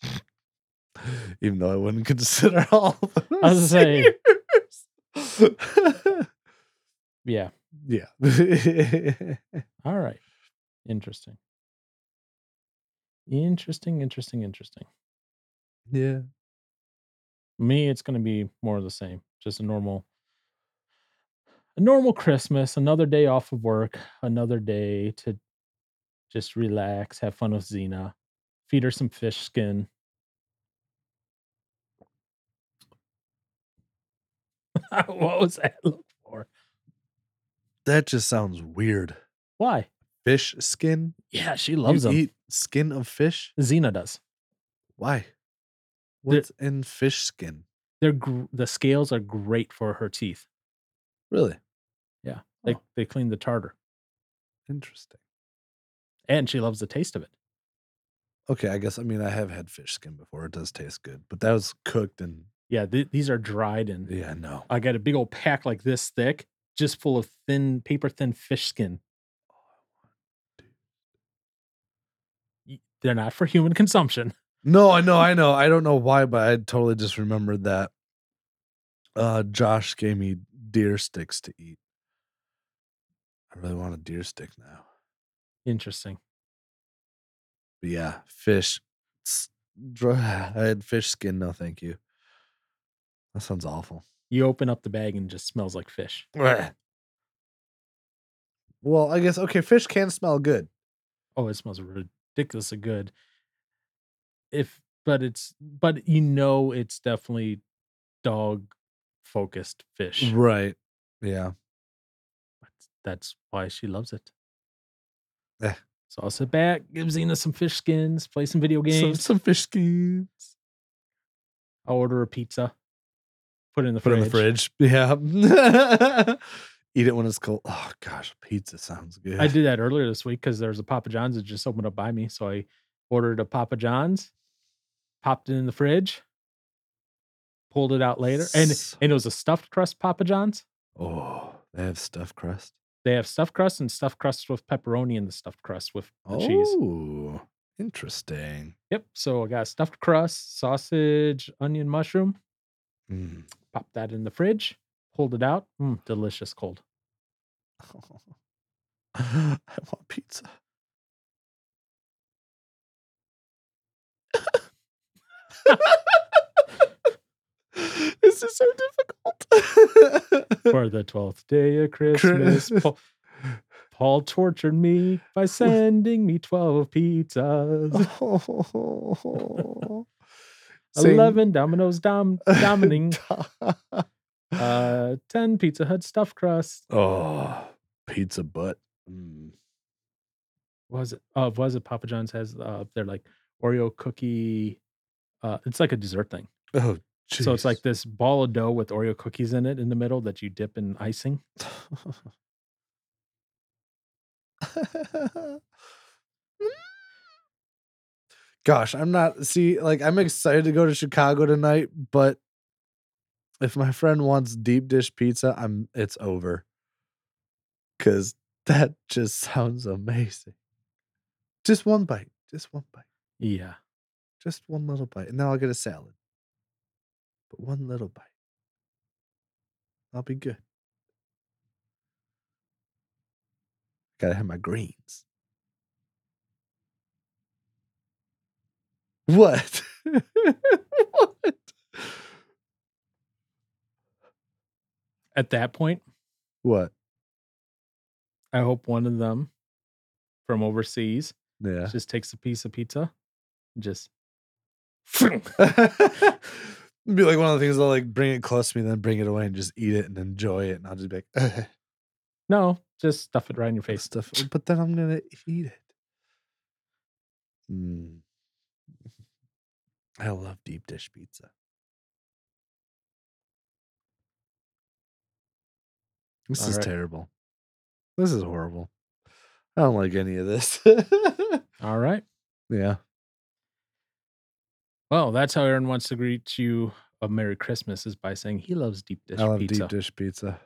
Speaker 2: (laughs) Even though I wouldn't consider (laughs) all of those
Speaker 1: I was gonna say-
Speaker 2: years.
Speaker 1: Yeah.
Speaker 2: (laughs) yeah.
Speaker 1: All right. Interesting. Interesting. Interesting. Interesting.
Speaker 2: (laughs) yeah.
Speaker 1: me it's going to be more of the same just a normal a normal christmas another day off of work another day to just relax have fun with xena feed her some fish skin (laughs) what was that look for
Speaker 2: That just sounds weird.
Speaker 1: why
Speaker 2: Fish skin?
Speaker 1: yeah she loves
Speaker 2: you
Speaker 1: them
Speaker 2: eat skin of fish?
Speaker 1: xena does
Speaker 2: Why?
Speaker 1: They're-
Speaker 2: What's in fish skin?
Speaker 1: they're gr- the scales are great for her teeth
Speaker 2: Really?
Speaker 1: they,
Speaker 2: Oh.
Speaker 1: they clean the tartar
Speaker 2: Interesting.
Speaker 1: and she loves the taste of it
Speaker 2: Okay, I guess I mean I have had fish skin before. It does taste good, but that was cooked and
Speaker 1: yeah th- these are dried and
Speaker 2: yeah, no.
Speaker 1: I got a big old pack like this thick, just full of thin, paper thin fish skin. Y- They're not for human consumption. (laughs)
Speaker 2: No, I know, I know. I don't know why, but I totally just remembered that. Uh, Josh gave me deer sticks to eat. I really want a deer stick now.
Speaker 1: Interesting.
Speaker 2: But yeah, fish. s- dr- (sighs) I had fish skin. No, thank you. That sounds awful.
Speaker 1: You open up the bag and it just smells like fish.
Speaker 2: Blech. Well, I guess okay. Fish can smell good.
Speaker 1: Oh, it smells rid- ridiculous of good. If but it's but you know it's definitely dog focused fish.
Speaker 2: Right. Yeah.
Speaker 1: That's- That's why she loves it.
Speaker 2: Eh.
Speaker 1: So I'll sit back, give Xena some fish skins, play some video
Speaker 2: Some,
Speaker 1: games.
Speaker 2: some fish skins.
Speaker 1: I'll order a pizza. Put it in the
Speaker 2: Put it
Speaker 1: fridge.
Speaker 2: in the fridge. (laughs) Yeah. Eat it when it's cold. Oh gosh, pizza sounds good.
Speaker 1: I did that earlier this week because there was a Papa John's that just opened up by me. So I ordered a Papa John's, popped it in the fridge, pulled it out later. And
Speaker 2: S-
Speaker 1: and it was a stuffed crust Papa John's.
Speaker 2: Oh, they have stuffed crust.
Speaker 1: They have stuffed crust and stuffed crust with pepperoni and the stuffed crust with the
Speaker 2: Oh,
Speaker 1: cheese.
Speaker 2: interesting.
Speaker 1: Yep. So I got stuffed crust, sausage, onion, mushroom,
Speaker 2: Mm. (laughs)
Speaker 1: popped that in the fridge, pulled it out. Mm, delicious cold.
Speaker 2: I want pizza. (laughs) this is so difficult. (laughs)
Speaker 1: For the 12th day of Christmas,
Speaker 2: Chris-
Speaker 1: Paul, Paul tortured me by sending me 12
Speaker 2: (laughs)
Speaker 1: pizzas,
Speaker 2: Oh.
Speaker 1: 11 Domino's dom- Domining,
Speaker 2: Sing-
Speaker 1: uh, 10 Pizza Hut stuffed crust.
Speaker 2: oh, pizza butt. Mm.
Speaker 1: What Was it? Uh, what was it Papa John's has? Uh, they're like Oreo cookie. Uh, it's like a dessert thing.
Speaker 2: Oh,
Speaker 1: So it's
Speaker 2: jeez.
Speaker 1: like this ball of dough with Oreo cookies in it in the middle that you dip in icing. (laughs)
Speaker 2: Gosh, I'm not see like I'm excited to go to Chicago tonight, but if my friend wants deep dish pizza, I'm it's over. Cuz that just sounds amazing. Just one bite, just one bite,
Speaker 1: Yeah.
Speaker 2: just one little bite, and then I'll get a salad. But one little bite. I'll be good. Got to have my greens. What? (laughs) what?
Speaker 1: At that point,
Speaker 2: What?
Speaker 1: I hope one of them from overseas
Speaker 2: Yeah. (laughs)
Speaker 1: just takes a piece of pizza, and just (sniffs)
Speaker 2: be like one of the things I'll like bring it close to me, then bring it away and just eat it and enjoy it. And I'll just be like,
Speaker 1: no, just stuff it right in your face.
Speaker 2: stuff. But then I'm gonna eat it. Mm. I love deep dish pizza. This
Speaker 1: All
Speaker 2: is
Speaker 1: right.
Speaker 2: terrible. This is horrible. I don't like any of this. (laughs)
Speaker 1: All right.
Speaker 2: yeah.
Speaker 1: Well, that's how Aaron wants to greet you a Merry Christmas is by saying he loves deep dish
Speaker 2: I love
Speaker 1: pizza.
Speaker 2: deep dish pizza.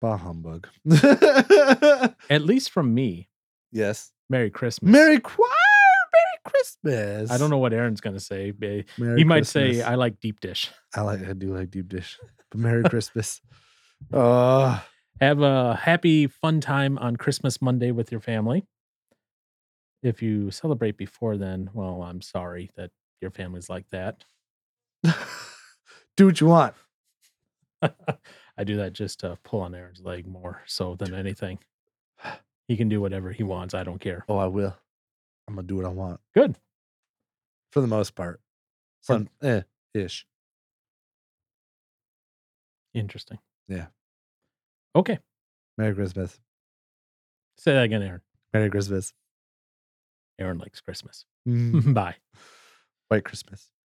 Speaker 2: Bah humbug. (laughs)
Speaker 1: At least from me,
Speaker 2: yes.
Speaker 1: Merry Christmas.
Speaker 2: Merry choir. Merry Christmas.
Speaker 1: I don't know what Aaron's gonna say. but
Speaker 2: Merry
Speaker 1: He might say
Speaker 2: Christmas.
Speaker 1: I like deep dish.
Speaker 2: I like I do like deep dish. But Merry Christmas. Uh (laughs)
Speaker 1: Have a happy, fun time on Christmas Monday with your family. If you celebrate before then, well, I'm sorry that your family's like that.
Speaker 2: do what you want.
Speaker 1: I do that just to pull on Aaron's leg more so than anything. (sighs) He can do whatever he wants. I don't care.
Speaker 2: Oh, I will. I'm gonna do what I want.
Speaker 1: Good.
Speaker 2: For the most part. Some eh, ish.
Speaker 1: Interesting.
Speaker 2: Yeah.
Speaker 1: Okay.
Speaker 2: Merry Christmas.
Speaker 1: Say that again, Aaron.
Speaker 2: Merry Christmas.
Speaker 1: Aaron likes Christmas. (laughs)
Speaker 2: Mm,
Speaker 1: Bye.
Speaker 2: White Christmas.